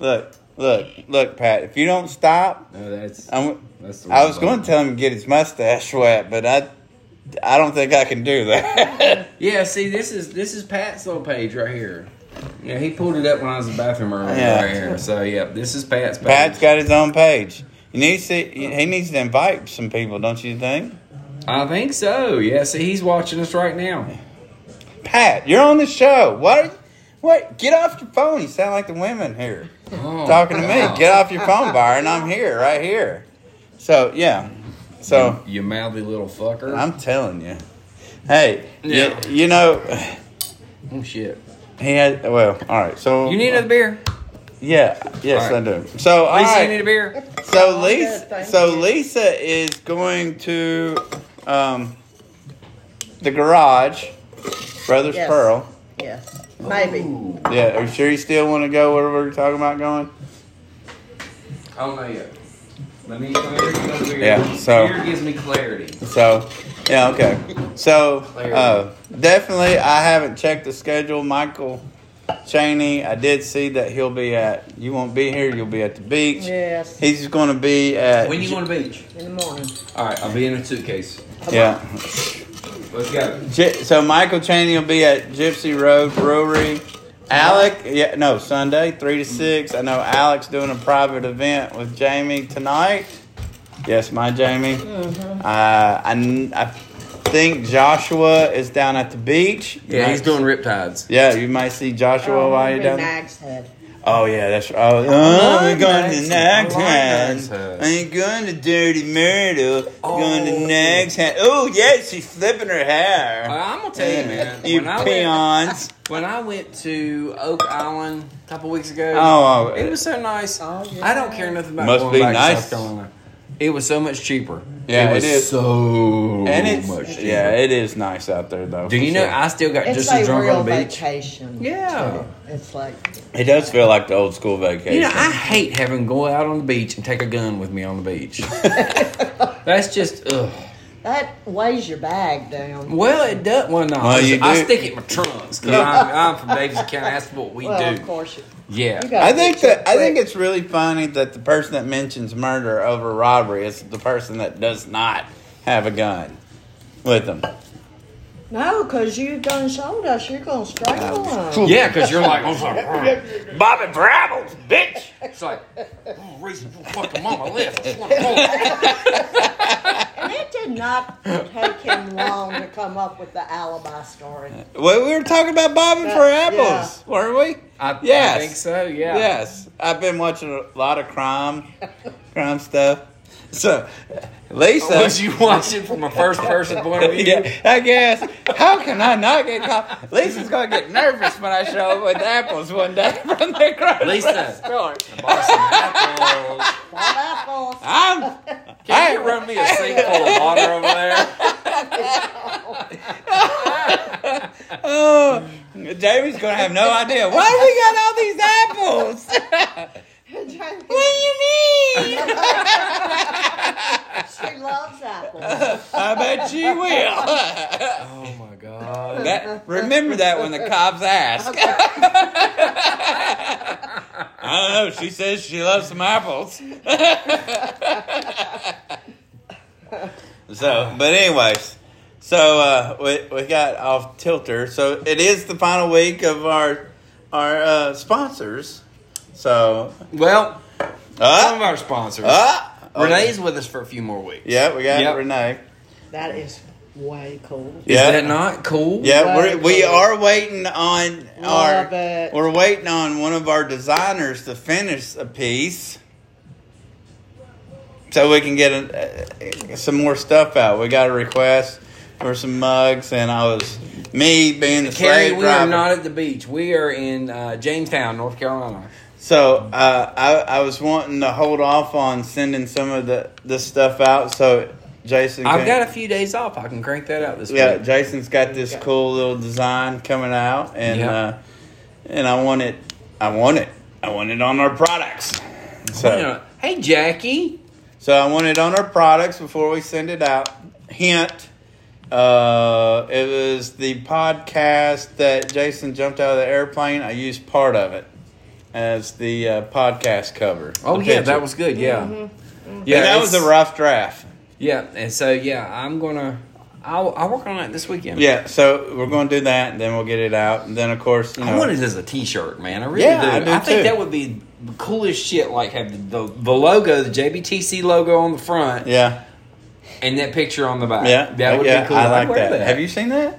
look, look, look, Pat. If you don't stop, No, that's, I'm, that's the I was wrong going button. to tell him to get his mustache wet, but I, I don't think I can do that. [laughs] Yeah, see, this is this is Pat's little page right here. Yeah, he pulled it up when I was in the bathroom earlier. Yeah. Right here. So yeah, this is Pat's page. Pat's got his own page. You need to see, he needs to invite some people, don't you think? I think so. Yeah, see, he's watching us right now. Pat, you're on the show. What? Are you, what? Get off your phone. You sound like the women here Oh, [laughs] talking to me. God. Get off your phone, Byron. I'm here, right here. So yeah, so. You mouthy little fucker. I'm telling you. Hey, Yeah. you, you know, oh shit. he had, well, all right, so. uh, You need another beer? Yeah, yes, All right. I do. So, all Lisa, right. you need a beer? so, Oh, Lisa, good, thank so you. Lisa is going to um, the garage, Brothers Yes. Pearl. Yes. Maybe. Yeah, are you sure you still want to go where we were talking about going? I don't know yet. Let me let me drink another beer. Yeah, so- beer gives me clarity. So, yeah, okay. So, Larry. uh, definitely, I haven't checked the schedule. Michael Cheney, I did see that he'll be at. You won't be here. You'll be at the beach. Yes. He's going to be at. When you going to beach? in the morning. All right, I'll be in a suitcase. Yeah. Let's go. Gy- So Michael Cheney will be at Gypsy Road Brewery. Alec, yeah, no, Sunday, three to six. I know Alec's doing a private event with Jamie tonight. Yes, my Jamie. Uh, I, kn- I think Joshua is down at the beach. You Yeah, might- he's doing riptides. Yeah, you might see Joshua Oh, while you're down. there. Nag's Head. Oh yeah, that's right. Oh, oh we're going Nag's to Nag's Head. Head. I like Nag's Head. Ain't going to Dirty Myrtle. Going Oh. to Nag's Head. Oh yeah, she's flipping her hair. Uh, I'm gonna tell you, man. You when, I went, [laughs] peons. when I went to Oak Island a couple weeks ago, Oh, oh, it was so nice. Oh, yeah. I don't care nothing about Must going be back to nice. South Carolina. It was so much cheaper. Yeah, it was it is. so and it's much cheaper. yeah, it is nice out there though. Do for you know? sure. I still got It's just a as drunk real on the beach. vacation. Yeah. too. It's like it does feel like the old school vacation. You know, I hate having to go out on the beach and take a gun with me on the beach. [laughs] That's just ugh. that weighs your bag down. Well, it does. Well, no, Well, you I do- stick it in my trunks because I'm, I'm from Davidson County. That's what we well, do. of course you, Yeah. you I gotta think get your that I think quick- it's really funny that the person that mentions murder over robbery is the person that does not have a gun with them. no, because you done showed us you're gonna strangle him. Yeah, because you're like, I'm [laughs] sorry, brr. Bobby Brabbles, bitch. It's like, oh, reason your fucking mama left. I swear to God. And it did not take him long to come up with the alibi story. Well, we were talking about bobbing for Yeah. apples, weren't we? I, Yes. I think so, yeah. Yes, I've been watching a lot of crime, crime stuff. So, Lisa, Was [laughs] you watching from a first person point of view? [laughs] yeah, I guess. How can I not get caught? Lisa's gonna get nervous when I show up with apples one day [laughs] from the grocery Lisa. store. Buy some apples. Not apples. [laughs] I'm. Can you run me a sink full of water over there? Oh, Jamie's gonna have no idea. Why do we got all these apples? [laughs] Jamie, what do you mean? she loves apples. I bet she will. [laughs] Oh my god. That, remember that when the cops ask. [laughs] I don't know. She says she loves some apples. [laughs] so, but anyways, so uh, we we got off tilter. So it is the final week of our our uh, sponsors. So Well, some uh, of our sponsors. uh, Renee's with us for a few more weeks. Yeah, we got Yep. Renee. That is way cool. Yeah. Is that not cool? Yeah, we're, we are waiting on our. Love it. We're waiting on one of our designers to finish a piece. so we can get uh, some more stuff out. We got a request for some mugs, and I was me being the Carrie, slave we are driver. not at the beach. We are in uh, Jamestown, North Carolina. so uh, I, I was wanting to hold off on sending some of the this stuff out. So Jason, I've can- got a few days off. I can crank that out this yeah, week. Jason's got this cool little design coming out, and Yeah. uh, and I want it. I want it. I want it on our products. So. You know, Hey, Jackie. So I want it on our products before we send it out. Hint. Uh, it was the podcast that Jason jumped out of the airplane. I used part of it as the uh, podcast cover. Oh the yeah, picture. that was good. Yeah, yeah, yeah. that was a it's- rough draft. Yeah, and so yeah, I'm gonna. I'll, I'll work on that this weekend. Yeah, so we're going to do that, and then we'll get it out, and then of course, you I know, want it as a T-shirt, man. I really Yeah, do. I I, do think too. that would be cool as shit. Like have the, the, the logo, the JBTC logo on the front, yeah, and that picture on the back. yeah, that would yeah, be cool. I I'd like wear that. Have you seen that?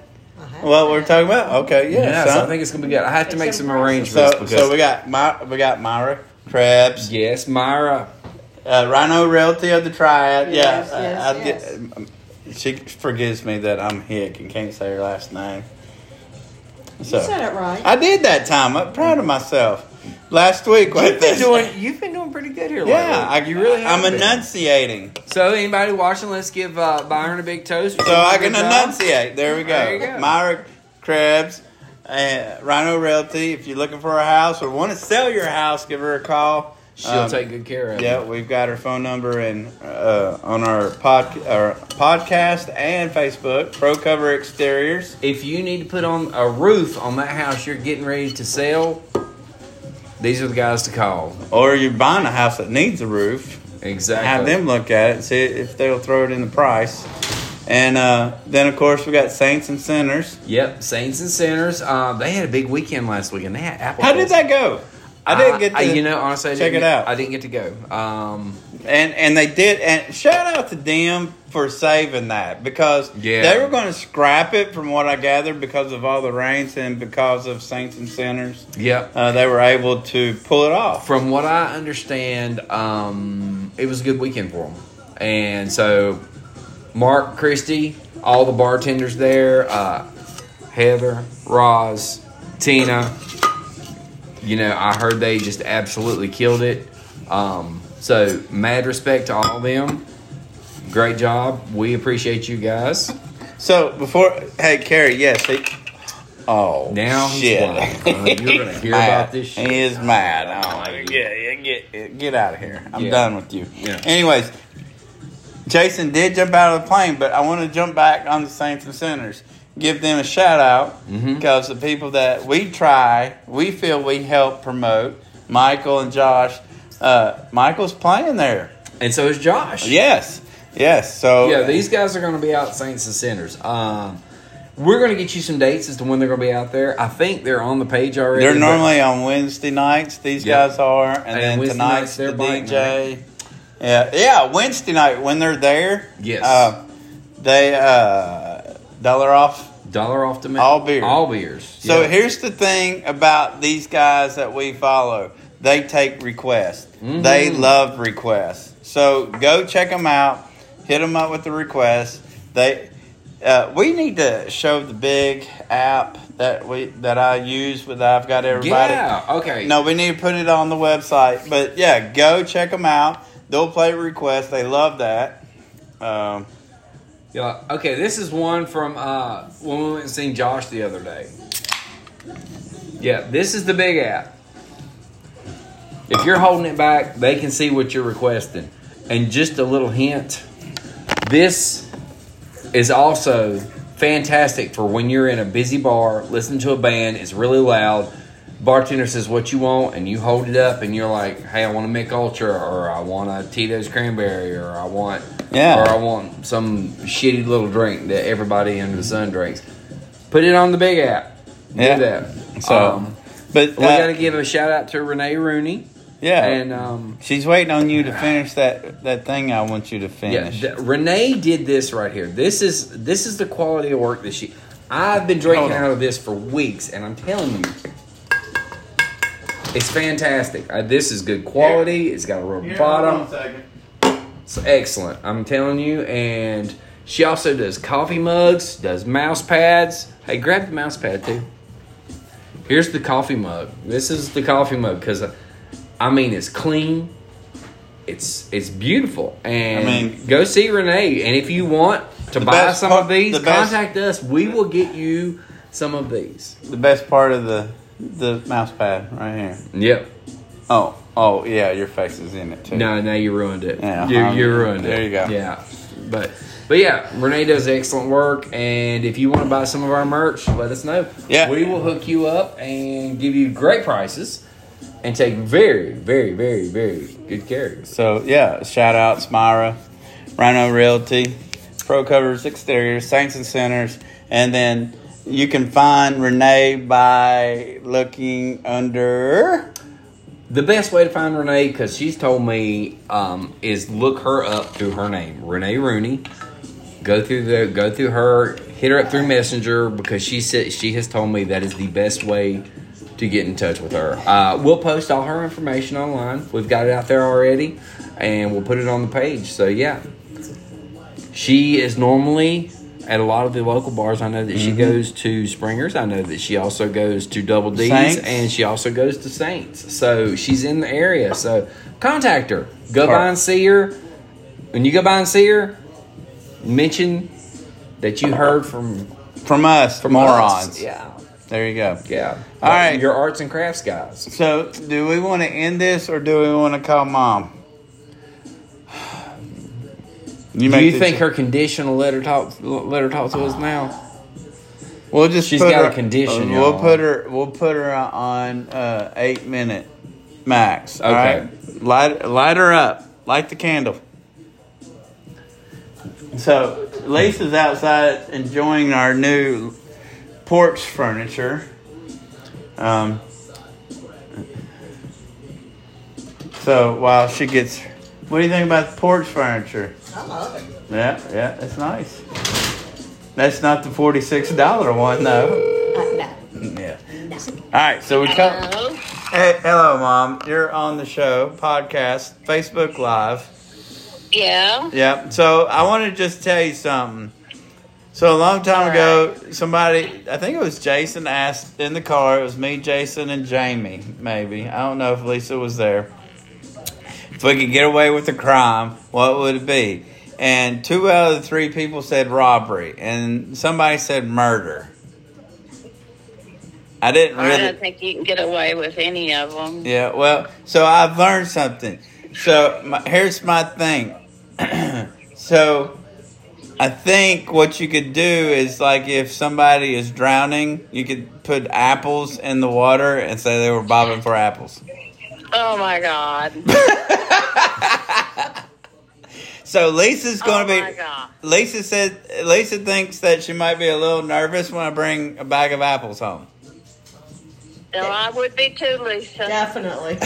What we're talking about? Okay, yeah, Yeah, so- so I think it's gonna be good. I have to It's make in some process. arrangements so, because so we got my, we got Myra Krebs, yes, Myra. Uh, Rhino Realty of the Triad. Yes, yeah, yes, I- I yes. get- um, she forgives me that I'm hick and can't say her last name. So You said [laughs] it right. I did that time. I'm proud of myself. Last week, You've with been this. doing. You've been doing pretty good here. [laughs] Yeah, I, lately. you really. have I'm been. enunciating, So anybody watching, let's give uh, Byron a big toast. so I can enunciate. There we go. There you go. Myra Krebs, uh, Rhino Realty. If you're looking for a house or want to sell your house, give her a call. She'll Um, take good care of. Yeah, it. we've got her phone number and uh, on our pod our podcast and Facebook. Pro Cover Exteriors. If you need to put on a roof on that house you're getting ready to sell, these are the guys to call. Or you're buying a house that needs a roof. Exactly. Have them look at it, see if they'll throw it in the price. And uh, then of course we got Saints and Sinners. Yep, Saints and Sinners. Uh, they had a big weekend last week, and they had apple. How did that go? I didn't get to you know, honestly, I check didn't- it out. I didn't get to go. Um, and and they did and shout out to them for saving that because Yeah. they were going to scrap it from what I gathered because of all the rains and because of Saints and Sinners. yep. uh, they were able to pull it off. From what I understand, um, it was a good weekend for them, and so Mark Christie, all the bartenders there, uh, Heather, Roz, Tina. You know, I heard they just absolutely killed it. Um, so mad respect to all of them. Great job. We appreciate you guys. So before, hey Carrie, yes, he, oh Now he's shit, wild. Uh, you're gonna [laughs] hear Mad. about this shit. He is mad. I don't like it. Get, get, get, get out of here. I'm Yeah. done with you. Yeah. Anyways, Jason did jump out of the plane, but I want to jump back on the Saints and Sinners. Give them a shout out Mhm. because the people that we try, we feel we help promote. Michael and Josh. Uh, Michael's playing there. And so is Josh. Yes, yes. So Yeah, these guys are going to be out Saints and Sinners. Um, we're going to get you some dates as to when they're going to be out there. I think they're on the page already. They're but- normally on Wednesday nights. These Yeah. guys are, and, And then Wednesday tonight's nights, the they're bike DJ. Yeah, yeah. Wednesday night when they're there. Yes. Uh, they uh, dollar off. dollar off the minute. All beers. All beers. So yeah. here's the thing about these guys that we follow. They take requests. Mm-hmm. They love requests. So go check them out. Hit them up with the requests. They. Uh, we need to show the big app that we that I use with I've got everybody. yeah. Okay. No, we need to put it on the website. But yeah, go check them out. They'll play requests. They love that. Um, Yeah, okay. This is one from uh, when we went and seen Josh the other day. Yeah, this is the big app. If you're holding it back, they can see what you're requesting. And just a little hint this is also fantastic for when you're in a busy bar, listening to a band, it's really loud. Bartender says what you want, and you hold it up, and you're like, "Hey, I want a Mick Ultra, or I want a Tito's Cranberry, or I want, Yeah. or I want some shitty little drink that everybody under the sun drinks." Put it on the big app. Yeah. Do that. so, Um, but we uh, Oh, got to give a shout out to Renee Rooney, yeah, and um, she's waiting on you to finish that that thing. I want you to Yeah, finish. th- Renee did this right here. This is this is the quality of work that she. I've been drinking Hold on. out of this for weeks, and I'm telling you, it's fantastic. Uh, this is good quality. It's got a real bottom. It's excellent. I'm telling you. And she also does coffee mugs, does mouse pads. Hey, grab the mouse pad too. Here's the coffee mug. This is the coffee mug because, I mean, it's clean. It's it's beautiful. And I mean- go see Renee. And if you want to The buy best some part- of these, the best- contact us. We will get you some of these. The best part of the the mouse pad right here. Yep. Oh, oh yeah, your face is in it too. No, no, you ruined it. Yeah, you, um, you ruined there it. you go. Yeah, but but yeah, Renee does excellent work, and if you want to buy some of our merch, let us know. Yeah. we will hook you up and give you great prices, and take very, very, very, very good care of you. So yeah, shout out Smyra, Rhino Realty, Pro Covers Exteriors, Saints and Sinners, and then you can find Renee by looking under. The best way to find Renee, because she's told me, um, is look her up through her name, Renee Rooney. Go through the go through her, hit her up through Messenger because she said she has told me that is the best way to get in touch with her. Uh, we'll post all her information online. We've got it out there already, and we'll put it on the page. So yeah, she is normally at a lot of the local bars. I know that she goes to Springer's. I know that she also goes to Double D's, Saints. and she also goes to Saints. So she's in the area. So contact her. Go by and see her. When you go by and see her, mention that you heard from, From us, from morons. us. Yeah, There you go. yeah. All right. your arts and crafts guys. So, do we want to end this or do we want to call mom? [sighs] Do You, make you the- Ah. think her conditional letter talk letter talk to us now? We'll just She's put got a her, condition, We'll y'all. put her. We'll put her on uh, eight minute max. all Okay. right? Light light her up. Light the candle. So Lisa's outside enjoying our new porch furniture. Um. So while she gets, what do you think about the porch furniture? I love it. Yeah, yeah, that's nice. That's not the forty-six dollar one though. I [laughs] Yeah. All right, so we come. Hello? Hey, hello, mom. You're on the show, podcast, Facebook Live. Yeah. Yep. So I want to just tell you something. So a long time ago, somebody, I think it was Jason, asked in the car. It was me, Jason, and Jamie. Maybe I don't know if Lisa was there. If we could get away with a crime, what would it be? And two out of the three people said robbery, and somebody said murder. I didn't I really. don't think you can get away with any of them. Yeah, well, so I've learned something. So my, here's my thing. [clears throat] so I think what you could do is like if somebody is drowning, you could put apples in the water and say they were bobbing for apples. Oh my god. So Lisa's Oh going to my be. god. Lisa said Lisa thinks that she might be a little nervous when I bring a bag of apples home. No, I would be too, Lisa. Definitely.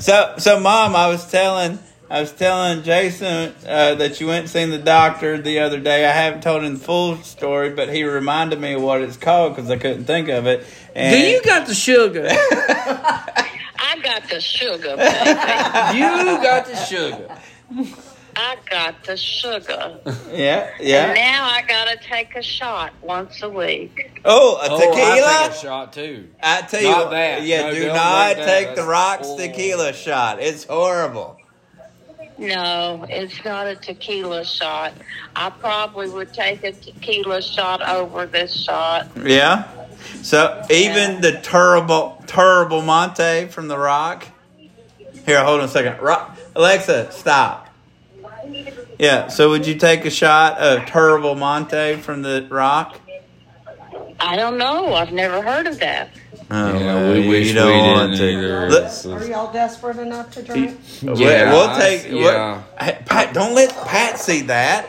So, so mom, I was telling, I was telling Jason uh, that you went and seen the doctor the other day. I haven't told him the full story, but he reminded me of what it's called because I couldn't think of it. And Do you got the sugar? I got [laughs] the sugar, baby. you got the sugar. I got the sugar. [laughs] Yeah, And yeah. now I gotta take a shot once a week. Oh, a I tequila. take a shot too. I tell you, Not what- that. yeah. No, do don't not drink that. take the That's- rocks oh. tequila shot. It's horrible. No, it's not a tequila shot. I probably would take a tequila shot over this shot. Yeah. So even the terrible, terrible Monte from The Rock. Here, hold on a second. Rock, Alexa, stop. Yeah. So would you take a shot of terrible Monte from The Rock? I don't know. I've never heard of that. Oh, Yeah, we you wish we don't want didn't to. either. Let- Are y'all desperate enough to drink? Yeah, Yeah, we'll I- take. we'll- yeah. Hey, Pat, don't let Pat see that.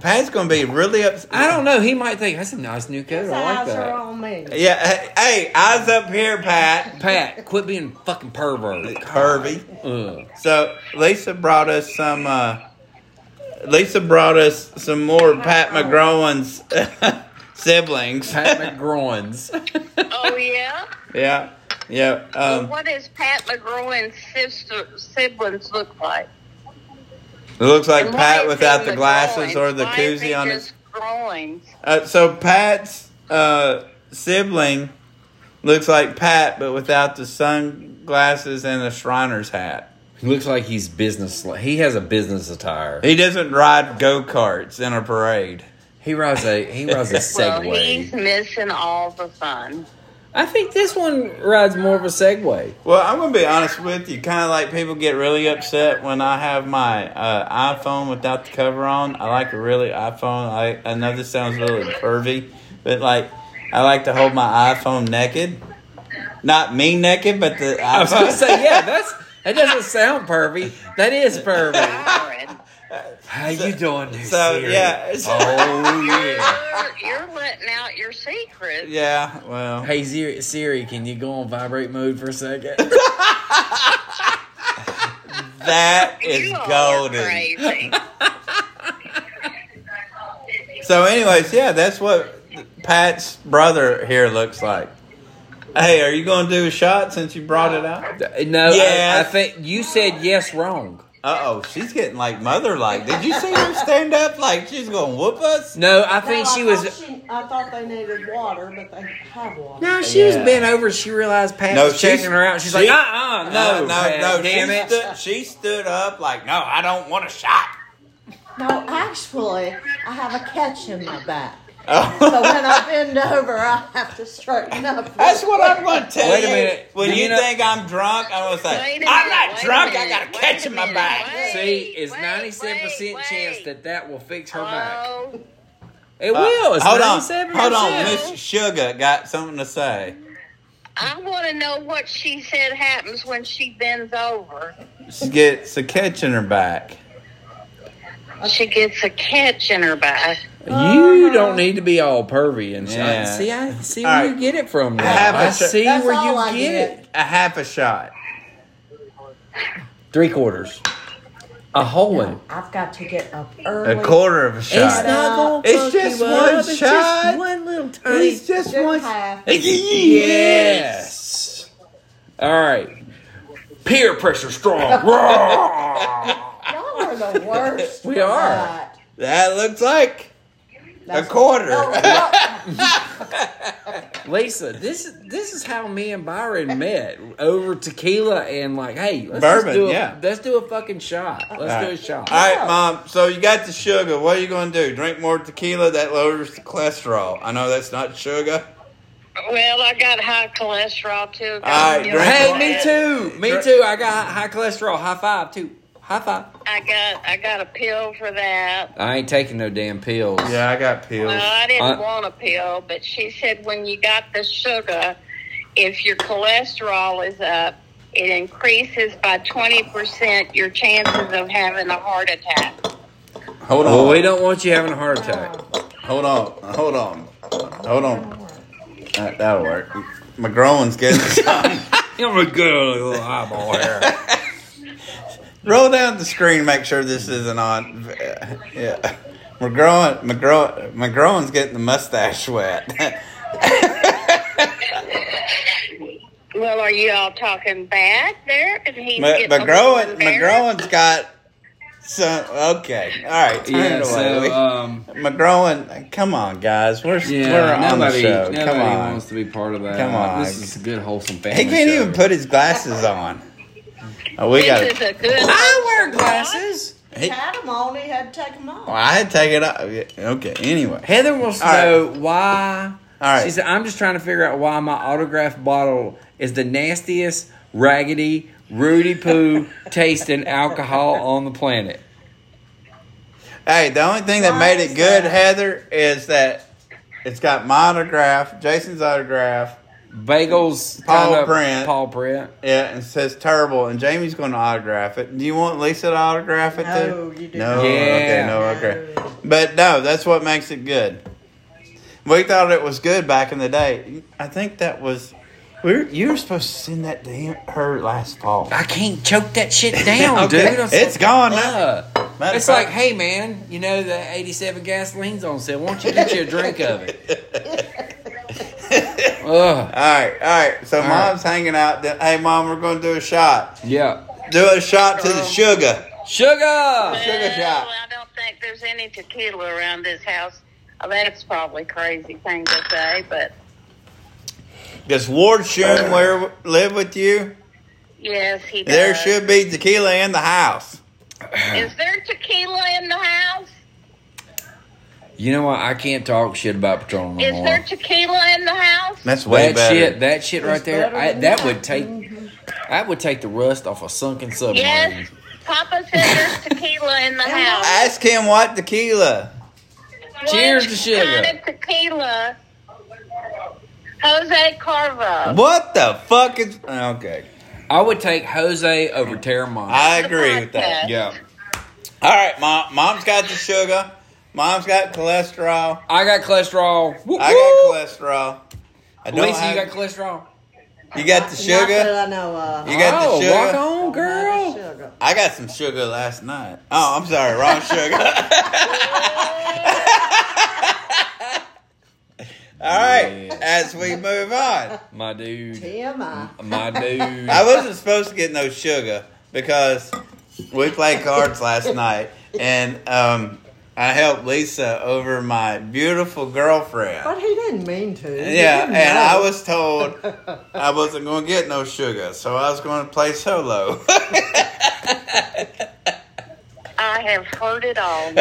Pat's gonna be really upset. I don't know. He might think that's a nice new coat. His I like eyes are that. on me. Yeah. hey, Hey, eyes up here, Pat. Pat, quit being fucking pervert. Kirby. Ugh. So Lisa brought us some. Uh, Lisa brought us some more Pat McGrowan's [laughs] siblings. Pat McGroins. Oh yeah. [laughs] yeah. Yeah. Um, what does Pat McGroin's sister, siblings look like? it looks like And why Pat is without it the glasses McGroin? or the Why is koozie it on his. just groins? Uh, so Pat's uh, sibling looks like Pat, but without the sunglasses and the Shriner's hat. He looks like he's business. He has a business attire. He doesn't ride go karts in a parade. He rides a he rides a Well, Segway. he's missing all [laughs] the fun. I think this one rides more of a Segway. Well, I'm gonna be honest with you. Kind of like people get really upset when I have my uh, iPhone without the cover on. I like a really iPhone. I I know this sounds a little pervy, but like I like to hold my iPhone naked. Not me naked, but the I was gonna iPhone. say, yeah, that's that doesn't sound pervy. That is pervy. Byron, How you doing, dude? so yeah, Oh yeah. you're, you're letting out your [laughs] secrets. yeah. Well, Hey Siri, Siri, can you go on vibrate mode for a second? that is [laughs] You all are golden. [laughs] crazy. So, anyways, yeah, that's what Pat's brother here looks like. Hey, are you gonna do a shot since you brought it up? No, I, I Yes. think you said yes wrong. Uh oh, she's getting like mother like. Did you see her stand up like she's gonna whoop us? No, I No, think she thought was. she- I thought they needed water, but they have water. No, she was Yeah. bent over. She realized Pat No, was she's- checking her out. She's she- Uh-uh, like, uh, uh no, no, Pat, no. damn she, it. Stood, she stood up like, no, I don't want a shot. No, actually, I have a catch in my back. So Oh. when I bend over, I have to straighten [laughs] up. That's what I'm gonna tell Wait a you. minute. When Do you, you know- think I'm drunk, I'm gonna say, Wait a I'm minute, not wait a drunk. I minute, got a wait catch a in my minute, back. See, it's Wait, ninety seven percent wait, chance wait. that that will fix her back. Oh, It will. It's Uh, hold on, 97%. hold on. Miss Sugar got something to say. I want to know what she said happens when she bends over. She gets a catch in her back. She gets a catch in her back. You don't need to be all pervy and shit. Yeah. See, I see All where right. you get it from. Now. have a I tr- see That's where you all I get get. it. A half a shot. Three quarters, a whole one. I've got to get up A early. quarter of a It's shot. not gonna It's fuck just you one up. It's shot. just one little tiny. It's just Good one. path. yes. All right. Peer pressure strong. [laughs] Y'all [laughs] are the worst. We for are. that. That looks like a That's- quarter. [laughs] No, no, Lisa, this this is how me and Byron met over tequila and like, hey, let's Bourbon, just do a, yeah. let's do a fucking shot. Let's do a shot. All right, mom. So you got the sugar. What are you going to do? Drink more tequila? That lowers the cholesterol. I know that's not sugar. Well, I got high cholesterol too. All right, Got- drink Hey, more. me too. Me too. I got high cholesterol. High five too. High five. I got I got a pill for that. I ain't taking no damn pills. Yeah, I got pills. Well, I didn't Uh, I- want a pill, but she said when you got the sugar, if your cholesterol is up, it increases by twenty percent your chances of having a heart attack. Hold on. Well, we don't want you having a heart attack. Hold on. Hold on. Hold on. That, that'll work. McGrowan's [laughs] getting some. I'm gonna get a little eyeball here. Roll down the screen. Make sure this isn't on. Yeah. McGrowan, McGrowan, McGrowan's getting the mustache [laughs] wet. Well, are you all talking bad there? And he's Ma- getting a little McGrowan, embarrassed? McGrowan's got some. Okay, all right. [laughs] Turn Yeah, it away. so um, McGrowan, come on, guys. We're we're yeah, on nobody, the show. nobody Come on. wants to be part of that. Come on. this is a good wholesome family. he can't even show. put his glasses on. Oh, we got. This is a good. I wear glasses. he had them on. He had to take them off. Well, I had to take it off. Okay. Anyway. Heather wants to All right. know why. All right. She said, "I'm just trying to figure out why my autograph bottle is the nastiest, raggedy, Rudy [laughs] poo tasting alcohol on the planet." Hey, the only thing that Why made is it good, that? Heather, is that it's got my autograph, Jason's autograph. Bagels, Paul kind of- Print. Paul Print. Yeah, and it says terrible, and Jamie's going to autograph it. Do you want Lisa to autograph it No, too? you do No, not. okay, Yeah. no autograph. But no, that's what makes it good. We thought it was good back in the day. I think that was. We were, you were supposed to send that to him, her last fall. I can't choke that shit [laughs] down, Okay. dude. It's It's gone now. Matter It's of like, fact- hey man, you know the [laughs] '87 gasoline's on sale. Why don't you get you a drink of it? Ugh. All right, all right. So All right. mom's hanging out. Then, hey, mom, we're going to do a shot. Yeah. Do a shot to the sugar. Sugar. Sugar shot. Well, I don't think there's any tequila around this house. Oh, That's probably a crazy thing to say, but Does Ward Shun where, live with you? yes, he does. There should be tequila in the house. Is there tequila in the house? You know what? I can't talk shit about Patron no Is there more. tequila in the house? That's way That better. shit, that shit right there, better I, than that would take, that would take the rust off a sunken submarine. Yes. Papa said there's tequila in the house. Ask him what tequila. Cheers to What sugar. Kind of tequila. Jose Carvo. What the fuck is? Okay, I would take Jose over Terramont. I agree with that. yeah. All right, mom. Mom's got the sugar. Mom's got cholesterol. I got cholesterol. Woo, I woo. got cholesterol. I don't Lisa, you have- got cholesterol. you got the Not sugar. that I know of. You got oh, the sugar. walk on, girl. Sugar. I got some sugar last night. Oh, I'm sorry, [laughs] wrong sugar. All right, as we [laughs] move on, My dude. TMI. [laughs] My dude. I wasn't supposed to get no sugar because we played cards last night, and um, I helped Lisa over my beautiful girlfriend. But he didn't mean to. He Yeah, didn't and know. I was told [laughs] I wasn't going to get no sugar, so I was going to play solo. I have heard it all.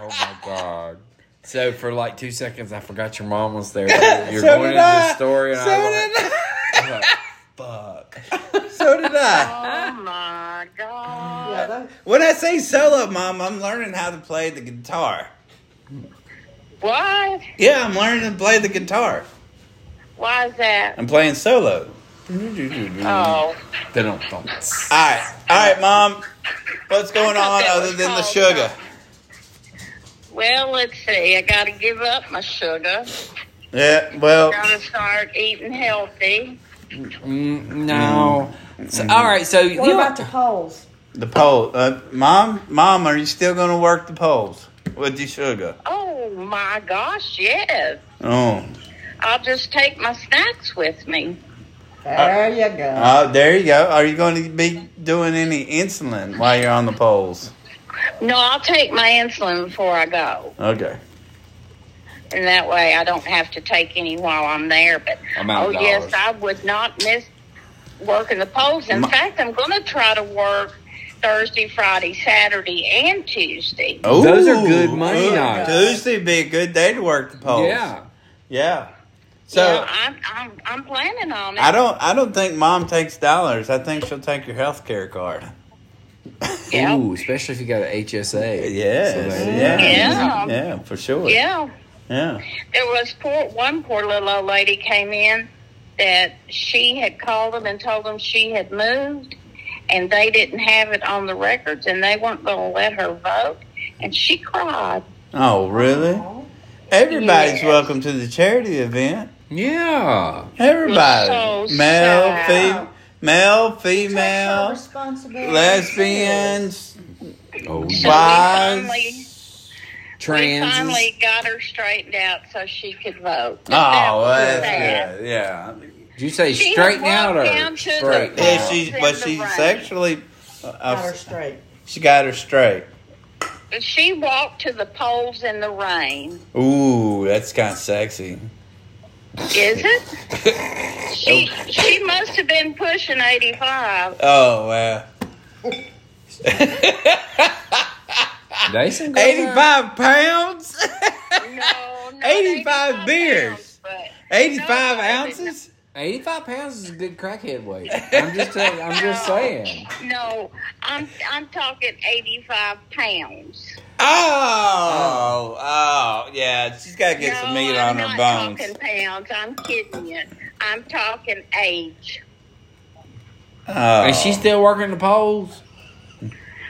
Oh my god. So for like two seconds, I forgot your mom was [laughs] there. You're going into did the I. story, and So I did I. was like, [laughs] Fuck. so did I. Oh my god. Yeah, that- When I say solo, Mom, I'm learning how to play the guitar. Why? Yeah, I'm learning to play the guitar. Why is that? I'm playing solo. Oh. they don't. don't. All right, all right, Mom. What's going on thought that other was than the called uh, sugar? Well, let's see. I gotta give up my sugar. Yeah, well, Gotta start eating healthy. Mm, no. Mm. So, all right. So what you about the polls? the poll. Uh, Mom, Mom, are you still going to work the polls with your sugar? Oh my gosh, yes. Oh, I'll just take my snacks with me. There you go. oh, there you go. Are you going to be doing any insulin while you're on the polls? No, I'll take my insulin before I go. Okay. And that way I don't have to take any while I'm there. But I'm out oh, of yes, dollars. I would not miss working the polls. In fact, I'm going to try to work Thursday, Friday, Saturday, and Tuesday. Those are Ooh, good money nights. Tuesday would be a good day to work the polls. Yeah. Yeah. So Yeah, I'm, I'm, I'm planning on it. I don't I don't think mom takes dollars. I think she'll take your health care card. Yeah. Ooh, especially if you got an HSA. Yes. So there you yeah. go. Yeah. Yeah, for sure. Yeah. Yeah. There was poor, one poor little old lady came in that she had called them and told them she had moved, and they didn't have it on the records, and they weren't going to let her vote, and she cried. Oh, really? Everybody's Yes. welcome to the charity event. Yeah. Everybody. So male, sad. fe- male, That's your female, responsibility. lesbians, Oh, So yeah. finally- bis. We trans. finally got her straightened out so she could vote. Oh, well, sad. that's good. Yeah. Did you say She had straighten out walked or down to the straight? Yeah. Is out? she, Yeah. but she's Right. sexually. uh, Got her Uh, straight. she got her straight. She walked to the polls in the rain. Ooh, that's kind of sexy. Is it? [laughs] she she must have been pushing eighty five. Oh wow, Jason goes out. eighty-five [laughs] pounds, No, no 85 beers. pounds, eighty-five No, ounces. 85 pounds is a good crackhead weight. I'm just telling, I'm [laughs] just saying. but no, I'm I'm talking eighty five pounds. Oh, oh, yeah. She's got to get no, some meat I'm on her not bones. Talking pounds. I'm kidding you. I'm talking age. Oh. And she's still working the polls?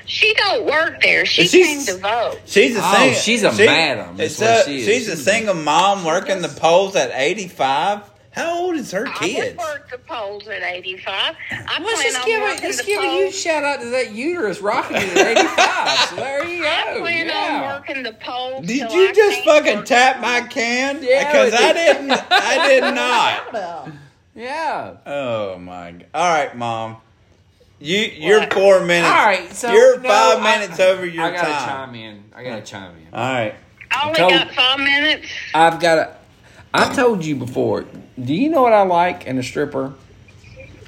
She don't work there. She She's- came to vote. She's a Oh, single. she's a madam, is It's what a, she is. She's a single mom working the polls at eighty-five. How old is her I would kids? work the polls at 85. I Let's plan just on give a, working let's the give a polls. huge shout out to that uterus rocking at 85. so there you go. I plan on yeah. working the polls. Did till I you just can't fucking work tap the my polls. can? Yeah, Because we I did. didn't. [laughs] I did not. Well, yeah. Oh my! God. All right, mom. You you're What? four minutes. All right. So you're no, five I- minutes over your I gotta time. chime in. I gotta chime in. All right. I only Tell- got five minutes. I've got. A, I told you before. Do you know what I like in a stripper?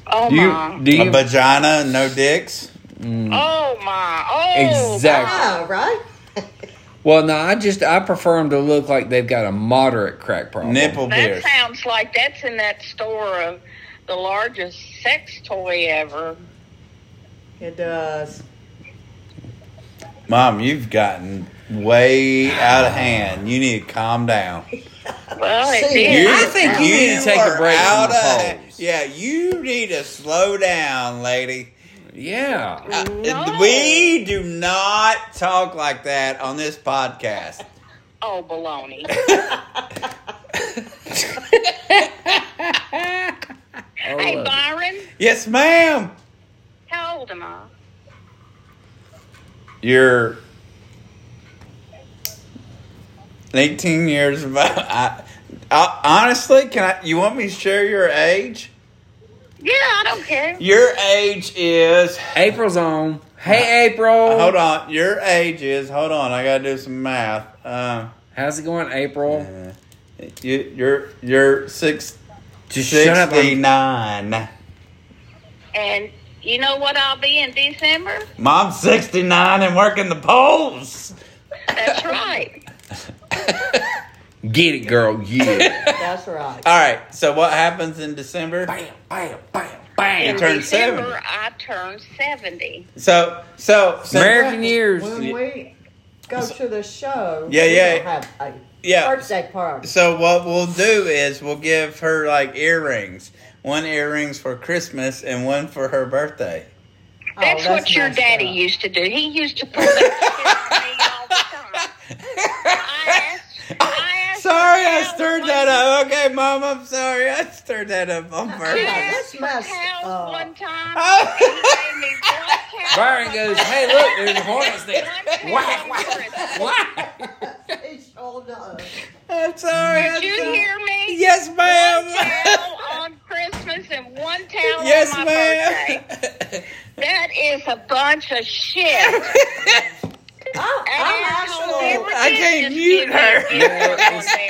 Oh, Do my. you? Uh, Do A you? vagina, and no dicks. Oh, my. Oh, Exactly. yeah, right? Well, no, I just I prefer them to look like they've got a moderate crack problem. Nipple That beers. sounds like that's in that store of the largest sex toy ever. It does. Mom, you've gotten way out of hand. You need to calm down. Well, it See, did. I think you need to take a are break out from the of- polls. Yeah, you need to slow down, lady. Yeah. Uh, No. We do not talk like that on this podcast. Oh, baloney. I hey, love it. Byron, Yes, ma'am. how old am I? You're 18 years of I, I, honestly, can I? You want me to share your age? Yeah, I don't care. Your age is. April's on. Hey, April. Hold on. Your age is. Hold on. I gotta do some math. Uh, How's it going, April? you, you're you're six Just shut up. sixty I'm- nine. And you know what I'll be in December? Mom's sixty nine and working the polls. [laughs] That's right. Get it, girl. Yeah. That's right. All right. So what happens in [laughs] December? bam, bam, bam, You In bam. turn December, 70. I turn 70. So so, so American years. When we go to the show, Yeah, we yeah. don't have a Yeah. birthday party. So what we'll do is we'll give her like earrings. One earrings for Christmas and one for her birthday. Oh, That's, what your messed daddy up. used to do. He used to pull that shit on me all the time. I asked, I asked Sorry, I Cal stirred one- that up. Okay, mom, I'm sorry. I stirred that up on I Yeah, purpose. that's asked messed Cal up. one time. Oh. and he gave me one Cal Byron one goes, time. hey, look, there's a hornet's nest. One Cal Whack, on whack, Christmas. Why? He sure does. I'm sorry. I'm Did you sorry. hear me? Yes, ma'am. One towel on Christmas and one [laughs] towel yes, on my birthday. ma'am. That is a bunch [laughs] of shit. I, I'm actually, I can't mute her.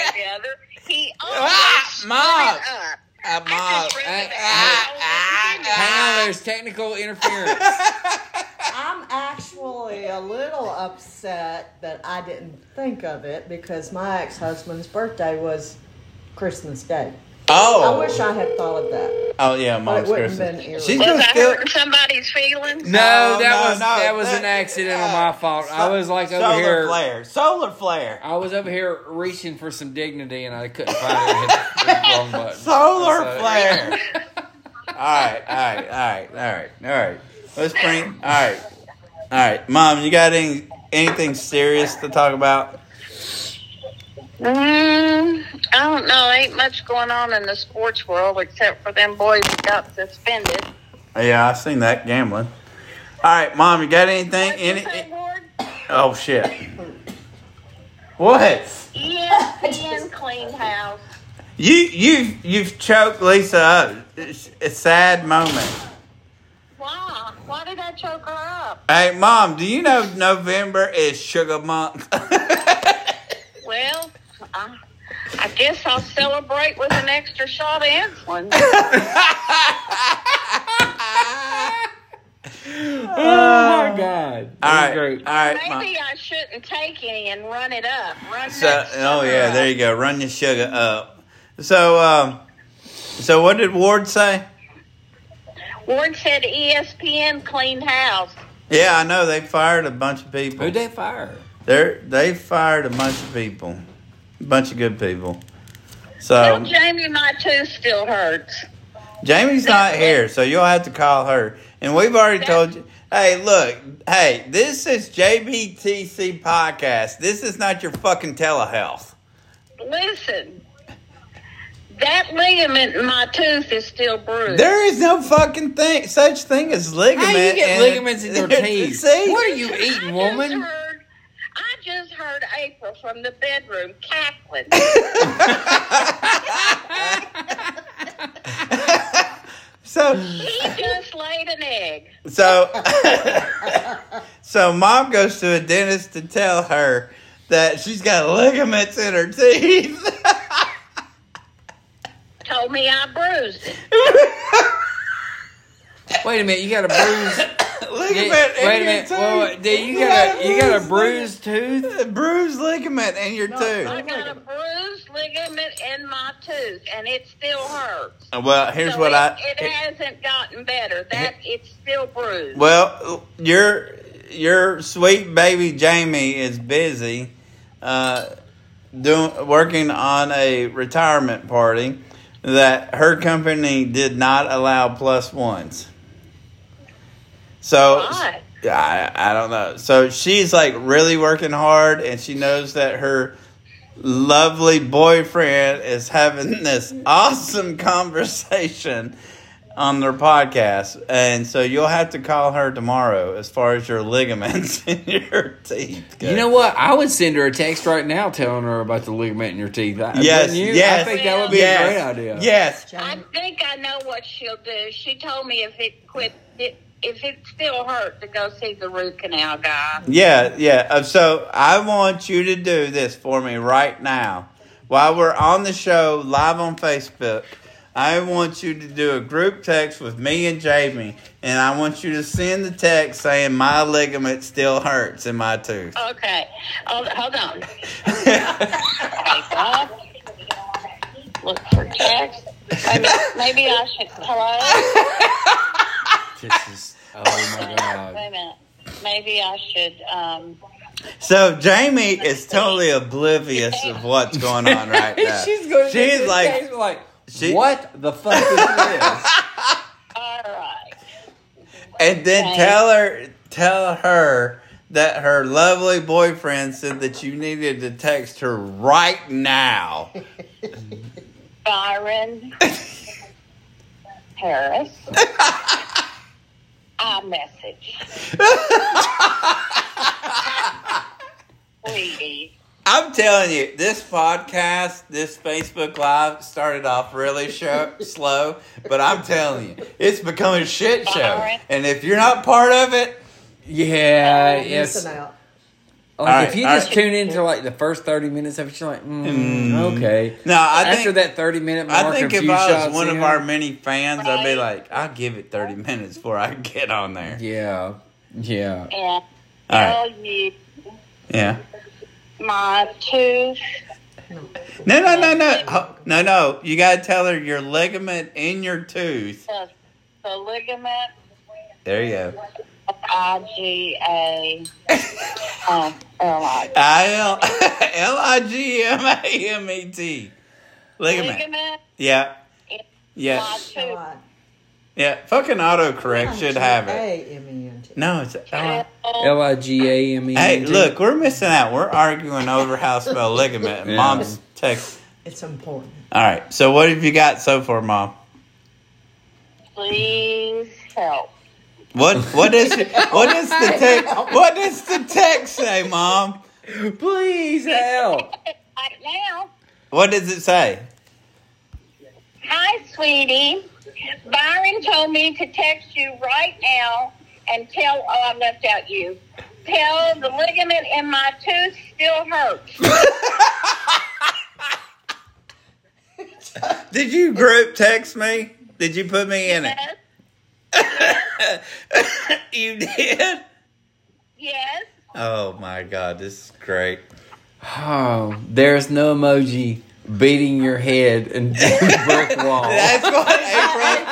He Ah, always Mom. up. Uh, mom. just uh, read the uh, mail. How there's technical [laughs] interference. I'm actually a little upset that I didn't think of it because my ex-husband's birthday was Christmas Day. Oh. I wish I had thought of that. oh, yeah, mom's wouldn't Christmas. been earrings. She's Was Was gonna I still. hurting somebody's feelings? No, No, that no, was no, that was an that- accident on uh, my fault. I was like over solar here, flare. Solar flare. I was over here reaching for some dignity, and I couldn't find it. I hit the wrong button. Solar So- flare. [laughs] all right, all right, all right, all right, all right. Let's bring. All right, all right, mom. You got any anything serious to talk about? Mm, I don't know. Ain't much going on in the sports world except for them boys that got suspended. Yeah, I've seen that gambling. All right, mom. You got anything? What'd you Any? say, Ward? Oh shit. What? ESPN clean house. You you you've choked Lisa up. It's a sad moment. Why? Why did I choke her up? Hey, mom. Do you know November is sugar month? [laughs] Well, I, I guess I'll celebrate with an extra shot of insulin. [laughs] Oh my god! Uh, All That was right, great. all right, mom. Maybe I shouldn't take any and run it up. Run So, that oh sugar yeah, up. there you go. Run your sugar up. So, um, so what did Ward say? Ward said E ESPN clean house. Yeah, I know they fired a bunch of people. Who'd they fire? They they fired a bunch of people, a bunch of good people. Well, So Jamie, my tooth still hurts. Jamie's not here, so you'll have to call her. And we've already told you. Hey, look, hey, this is JBTC podcast. This is not your fucking telehealth. Listen, That ligament in my tooth is still bruised. There is no fucking thing, such thing as ligament. How do you get and- ligaments in your teeth? [laughs] See? What are you I just eating, woman? heard- I just heard April from the bedroom cackling. So, [laughs] he just laid an egg. so, [laughs] so mom goes to a dentist to tell her that she's got ligaments in her teeth. [laughs] Told me I bruised it. Wait a minute, you got a bruise. ligament in wait a your minute, tooth. whoa, wait, dude, you got a you got a bruised tooth? A bruised ligament in your I tooth. got a bruised ligament in my tooth, and it still hurts. Well, here's So what it, I. it hasn't gotten better. That it's still bruised. Well, your your sweet baby Jamie is busy uh, doing working on a retirement party that her company did not allow plus ones. So Why? I I don't know. So she's like really working hard, and she knows that her lovely boyfriend is having [laughs] this awesome conversation on their podcast. And so you'll have to call her tomorrow as far as your ligaments [laughs] in your teeth. go. You know what? I would send her a text right now telling her about the ligament in your teeth. I- Yes, wouldn't you? yes. I think that would be yes, a great idea. Yes. I think I know what she'll do. She told me if it quit, it, if it still hurt, to go see the root canal guy. Yeah, yeah. Uh, So I want you to do this for me right now. While we're on the show live on Facebook, I want you to do a group text with me and Jamie, and I want you to send the text saying my ligament still hurts in my tooth. Okay, hold, hold [laughs] on. Take off. Look for text. Maybe, maybe I should. Hello. This is- oh my Wait god. a minute. Maybe I should. Um, So Jamie is totally oblivious of what's going on right now. [laughs] She's going. She's She's like- like, like She- what the fuck is this? all right. And then Okay. tell her tell her that her lovely boyfriend said that you needed to text her right now. Byron Harris. I [laughs] message. Please. I'm telling you, this podcast, this Facebook Live started off really show, slow, but I'm telling you, it's become a shit show. Alright. And if you're not part of it, Oh, Yeah, yes. Missing out. Like All right, if you all just right. tune into like the first thirty minutes of it, you're like, mm, okay. no, I After think that thirty minute mark, I think a if few I shots was one in, of our many fans, I'd be like, I'll give it 30 minutes before I get on there. yeah, yeah. And All right. tell you Yeah. my tooth. No, no, no, no, Oh, no, no. You gotta tell her your ligament in your tooth. The, the ligament There you go. I G A um, L I. I L [laughs] L I G M A M E T. Ligament. Ligament. Yeah. Yeah. My Come tooth. on. Yeah. Fucking autocorrect should have it. A-M-E-N-T. No, it's L. L i g a m e. Hey, look, we're missing out. We're arguing over how to spell [laughs] ligament. And Yeah. Mom's text. It's important. All right. So what have you got so far, Mom? Please help. What what is [laughs] what is the text? What does the text say, Mom? [laughs] please help. Right now. What does it say? Hi, sweetie. Byron told me to text you right now and tell. Oh, I left out you. Tell the ligament in my tooth still hurts. Did you group text me? Did you put me in it? Yes, [laughs] You did? yes. Oh my god, this is great. Oh, there's no emoji beating your head and [laughs] brick wall. That's what April.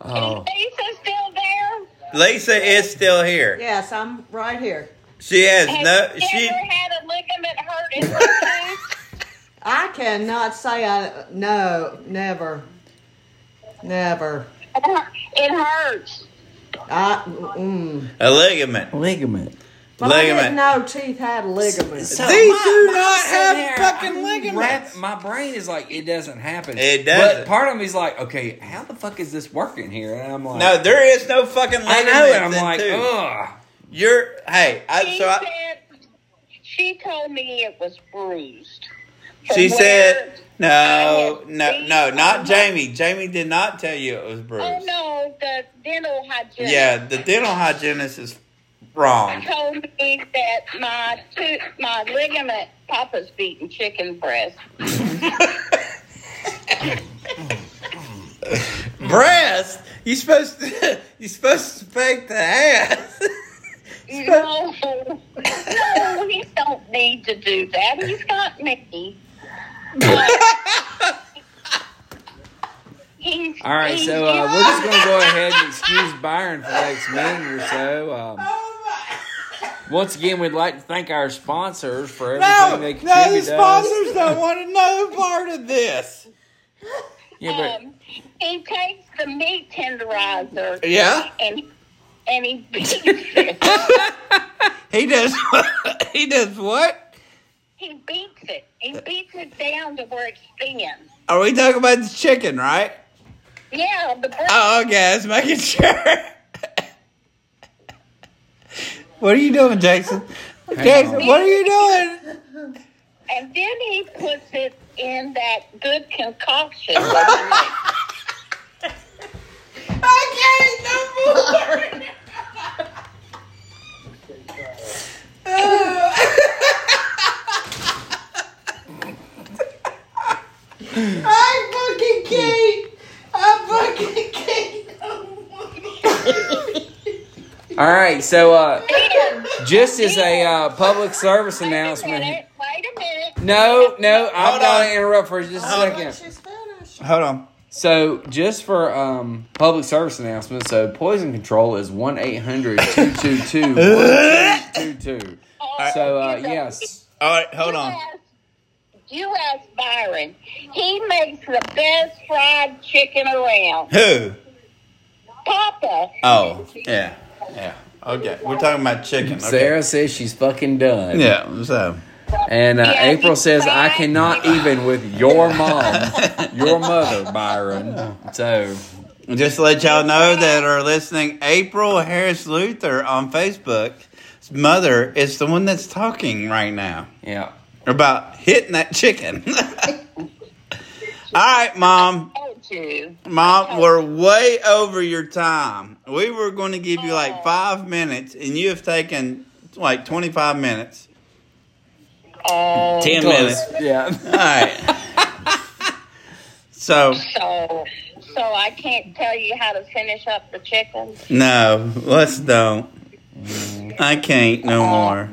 Oh, Lisa's still there. Lisa is still here. Yes, I'm right here. She has Have no you she ever had a ligament hurt in your tooth? I cannot say I no, never, never. [laughs] It hurt- It hurts. I mm, a ligament. ligament. But I Ligament. didn't know teeth had [laughs] ligaments. So These my- do my not sitting have here, fucking I'm ligaments. Rap, my brain is like, it doesn't happen. It doesn't. But part of me's like, okay, how the fuck is this working here? And I'm like, No, there is no fucking I ligaments. know. And I'm in like, oh. two. ugh. You're hey, I, She so I, said she told me it was bruised. she From said I no, have Oh, no, seen no, on not my- Jamie. Jamie did not tell you it was bruised. where- Oh no, the dental hygienist. Yeah, the dental hygienist is I wrong. told me that my tooth, my ligament, Papa's beating chicken breast. Breast? You supposed to [laughs] you supposed to fake the [laughs] ass. No, no, he don't need to do that. He's got me. But- He's- All right, he's- so uh, we're just going to go ahead and excuse Byron for the next minute or so. [laughs] Um, Oh once again, we'd like to thank our sponsors for no, everything they no, the contribute to us. sponsors don't want another part of this. Yeah, um, he takes the meat tenderizer Yeah, [laughs] and and he beats it. he does. he does what? he beats it. He beats it down to where it's thin. Are we talking about the chicken, right? Yeah, the breast. Oh, okay, I was making sure. [laughs] what are you doing, Jason? Jason, on. what are you doing? And then he puts it in that good concoction. Uh, I but- [laughs] all right, so uh, can't no more. just as a uh, public service announcement. Wait a minute. No, no, I'm Hold going on. to interrupt for just a When second. she's finished. Hold on. So, just for um, public service announcement, so poison control is 1 800 [laughs] 222 So, uh, yes. All right, hold You on. ask- You ask Byron. He makes the best fried chicken around. Who? Papa. Oh, yeah, yeah. Okay, we're talking about chicken. Okay. Sarah says she's fucking done. Yeah. So. And uh, Yeah, April he's says, I back." cannot even with your [laughs] mom, your mother, [laughs] Byron. So, Just to let y'all know that are listening, April Harris Luther on Facebook's mother is the one that's talking right now yeah. about hitting that chicken. [laughs] All right, Mom. told you. Mom, we're way over your time. We were going to give you like Oh. five minutes, and you have taken like 25 minutes. Oh, 10 minutes. Close. Yeah. All right. So, so so I can't tell you how to finish up the chicken. no, let's don't. I can't Uh-huh. no more.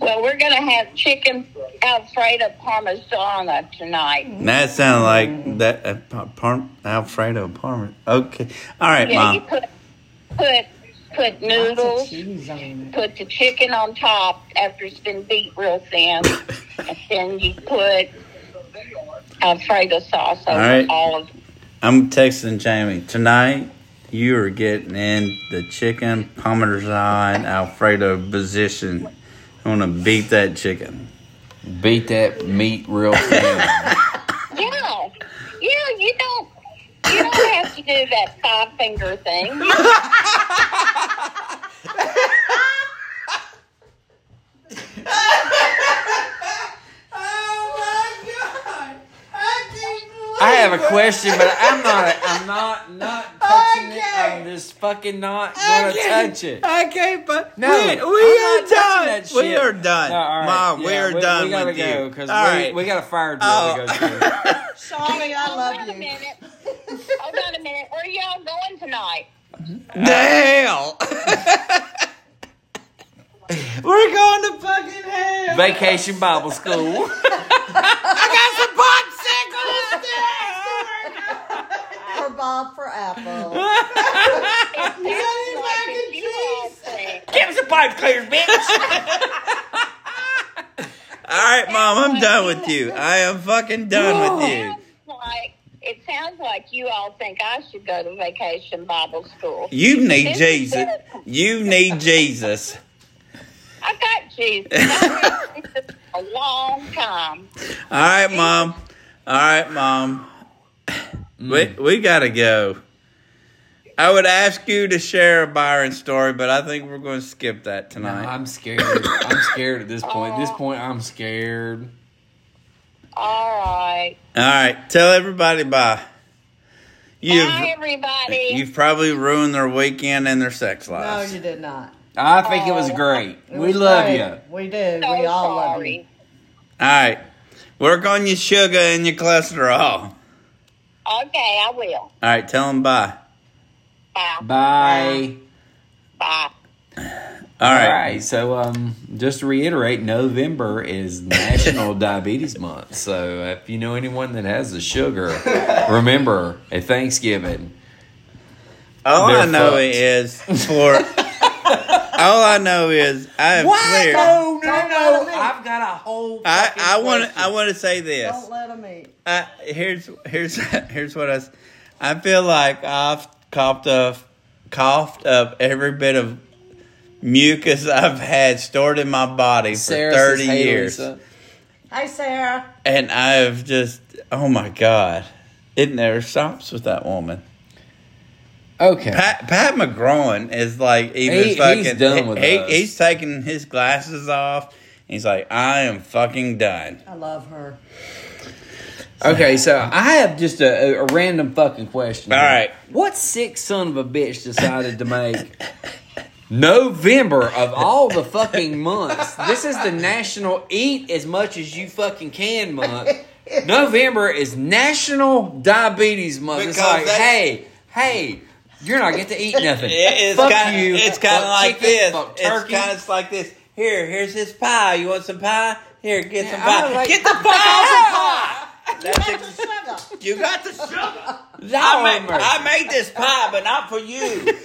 Well, we're gonna have chicken Alfredo Parmigiana Mm-hmm. tonight. That sounded like that uh, par- par- Alfredo Parma. Okay, all right, Yeah, you mom. put put put noodles, Cheese on it. put the chicken on top after it's been beat real [laughs] thin, and then you put Alfredo sauce over All right. all of. I'm texting Jamie tonight. You are getting in the chicken parmesan Alfredo position. I'm gonna beat that chicken. Beat that meat real thin. Yeah, yeah, you don't. You don't have to do that five finger thing. I have a question, but I'm not. I'm not not touching it. I'm just fucking not gonna touch it. Okay, but No, we, I'm we not are touching done. that We shit. are done, No, all right, mom. yeah, we are done gotta with go, you. 'cause All we, right. we got a fire drill to go Oh. through. Charlie, I Hold love on a you. minute. Hold on a minute. Where y'all going tonight? [laughs] The hell. We're going to fucking hell. Vacation Bible [laughs] School. For Bob, for [laughs] Apple. Like you all said. Give us a pipe clear, bitch. All right, mom, I'm done with you. I am fucking done with you. Sounds like it sounds like you all think I should go to vacation Bible school. You need Jesus. You need Jesus. Jeez. [laughs] a long time. All right, mom. All right, mom. Mm. We we gotta go. I would ask you to share a Byron story, but I think we're going to skip that No, tonight. I'm scared. I'm scared at this point. At this point, I'm scared. All right. All right, tell everybody bye. You've Bye, everybody. you've probably ruined their weekend and their sex No, lives. you did not. I think it was great. It we was love great. you. We do. so we all love sorry. you. All right, work on your sugar and your cholesterol. All Okay, I will. right, tell them bye. Bye. Bye. Bye. All All right. right. So, um, just to reiterate, November is [laughs] National Diabetes Month. So, if you know anyone that has the sugar, remember at Thanksgiving. All I They're know fucked. is [laughs] for. all I know is I have cleared. no, no, I've got a whole. I I want to I want to say this. Don't let them eat. I, here's here's [laughs] here's what I s- I feel like I've coughed up coughed up every bit of mucus I've had stored in my body for thirty years, Hey, Sarah. and I've just oh my god, it never stops with that woman. Okay. Pat Pat McGrawan is like even He- he's fucking done with he- us. he's taking his glasses off. He's like, I am fucking done. I love her. Okay, so I have just a, a, a random fucking question. All here. right. What sick son of a bitch decided to [laughs] make November of all the fucking months? This is the national eat as much as you fucking can month. November is National Diabetes Month. it's Because like, that's- hey, hey, you're not getting [laughs] to eat nothing. It- it's Fuck kind of you. it's kind of Fuck like chicken, this. fuck It's turkey. kind of like this. Here, here's this pie. You want some pie? Here, get some Yeah, I pie. like- get [laughs] the fuck off the pie. Have the sugar. you got the sugar. I made, Dahmer. I made this pie, but not for [laughs] you.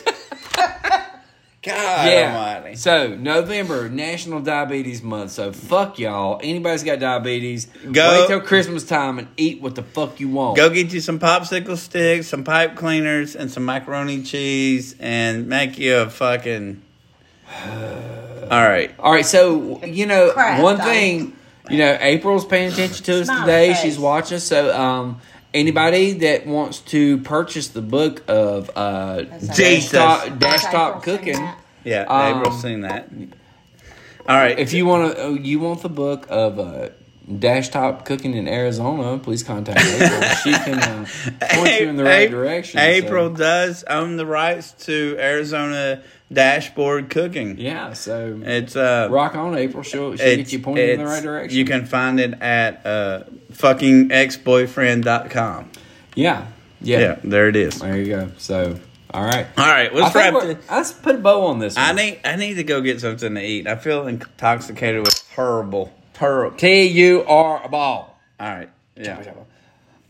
God yeah. almighty. So November, National Diabetes Month. So fuck y'all. Anybody's got diabetes? Go- wait till Christmas time and eat what the fuck you want. Go get you some popsicle sticks, some pipe cleaners, and some macaroni cheese, and make you a fucking. [sighs] All right. All right. So you know Crap, one I- thing. You know April's paying attention to us Smiley today. face. She's watching. So um, anybody that wants to purchase the book of uh, Jesus. Dash Top, Dash Sorry, Top girl, sing Cooking. that. Yeah, Um, April's seen that. All right. If you want to, you want the book of uh, Dash Top Cooking in Arizona, please contact April. she can [laughs] uh, point you in the right A- direction. so- April does own the rights to Arizona dashboard cooking. Yeah, so It's uh rock on, April. She'll, she'll it's, get you pointed in the it's- right direction. You can find it at uh fucking exboyfriend.com. yeah, yeah, Yeah, there it is. All There you go. So, all right. right, I let's think wrap we're- it. Let's put a bow on this. I One. need I need to go get something to eat. I feel intoxicated with horrible terrible. T U R a ball. All right. Yeah.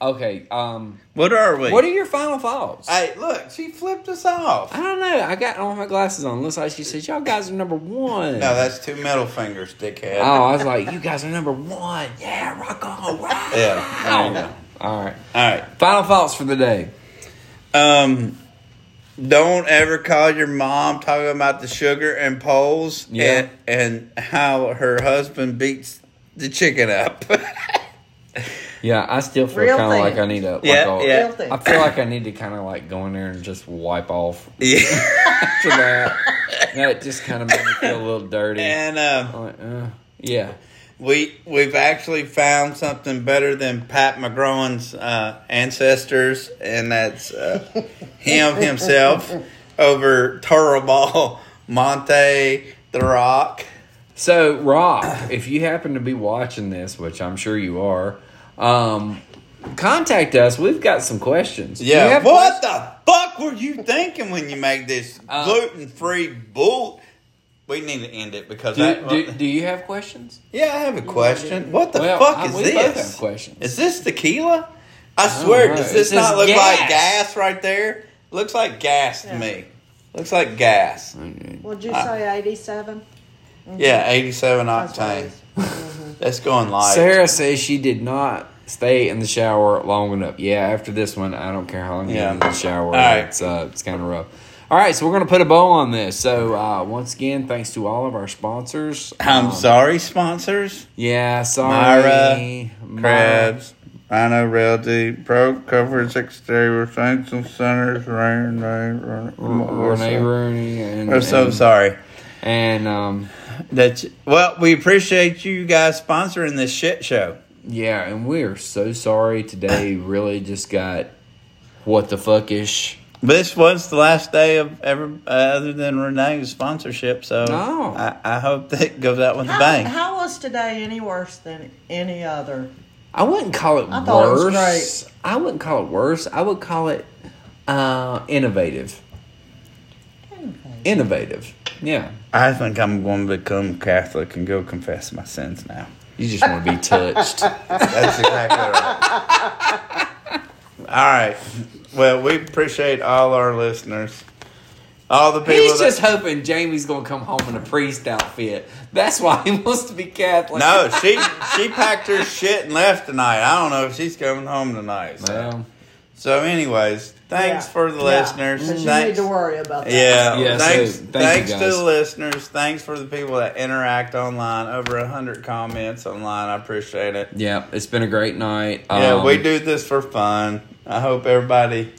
Okay. Um. What are we? What are your final thoughts? I, Hey, look, she flipped us off. don't know. I got all my glasses on. Looks like she says, "Y'all guys are number one." No, that's two middle fingers, dickhead. Oh, I was like, you guys are number one. Yeah, rock on. Wow. Yeah. there you go. All right. All right. Final thoughts for the day. Um, don't ever call your mom talking about the sugar and poles Yeah. and, and how her husband beats the chicken up. [laughs] Yeah, I still feel Real kind of like thing. I need to. Like Yeah, a- yeah. Real thing. I feel like I need to kind of like go in there and just wipe off yeah. to [laughs] that. that just kind of made me feel a little dirty. And um, I'm like, uh, yeah. we we've actually found something better than Pat McGrowan's uh, ancestors, and that's uh, him himself over Turbo Monte the Rock. So, Rock, if you happen to be watching this, which I'm sure you are, um, contact us. We've got some questions. Do you Yeah. have What the fuck were you thinking when you made this Uh, gluten free bull? We need to end it because Do, I, do, do you have questions? yeah, I have a question. What the Well, fuck I- is we both have this? questions. Is this tequila? I swear, know. does It this says not look like gas. gas right there? Looks like gas to me. Looks like gas. Mm-hmm. Would you say 87? Yeah, eighty-seven That's what octane. it is. That's going live. Sarah says she did not stay in the shower long enough. Yeah, after this one, I don't care how long you're Yeah. in the shower. right. It's uh, it's kind of rough. All right, so we're going to put a bow on this. So, uh, once again, thanks to all of our sponsors. I'm Um, sorry, sponsors. Yeah, Myra, sorry. My- Crabs, Rhino Realty, Pro Coverage Exterior, Saints and Sinners, Rain, Rain, Renee Rain. Rooney. And, We're so and- sorry. And, um, That you- well, we appreciate you guys sponsoring this shit show. yeah, and we are so sorry [coughs] today. Really just got what the fuck ish. This was the last day of ever uh, other than Renee's sponsorship, so No. I, I hope that goes out with a How, bang. how was today any worse than any other? I wouldn't call it I thought it was worse. I wouldn't call it worse. I would call it uh, innovative. Innovative. Yeah. I think I'm going to become Catholic and go confess my sins now. You just want to [laughs] be touched. That's exactly right. all right. Well, we appreciate all our listeners, all the people. He's that- just hoping Jamie's going to come home in a priest outfit. That's why he [laughs] wants to be Catholic. [laughs] no, she she packed her shit and left tonight. I don't know if she's coming home tonight. So, Well, so anyways, thanks Yeah. for the Yeah, listeners. 'cause you need Thanks. to worry about that. Yeah, Yeah, thanks, so, thank you thanks to guys. the listeners. Thanks for the people that interact online. Over 100 comments online. I appreciate it. yeah, it's been a great night. Yeah, Um, we do this for fun. I hope everybody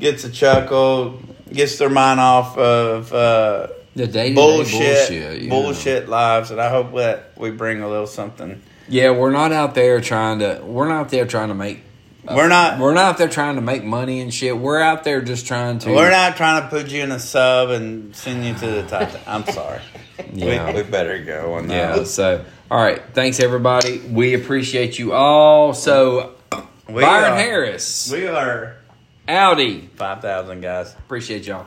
gets a chuckle, gets their mind off of uh, The day bullshit, bullshit. bullshit, yeah. lives, and I hope that we bring a little something. Yeah, we're not out there trying to. We're not there trying to make. We're not- Uh, We're not out there trying to make money and shit. We're out there just trying to. We're not trying to put you in a sub and send you to the top. I'm sorry. [laughs] Yeah. We, we better go on that. Yeah. So, all right. Thanks, everybody. We appreciate you all. So, We Byron are- Harris, We are Audi, 5,000 guys. appreciate y'all.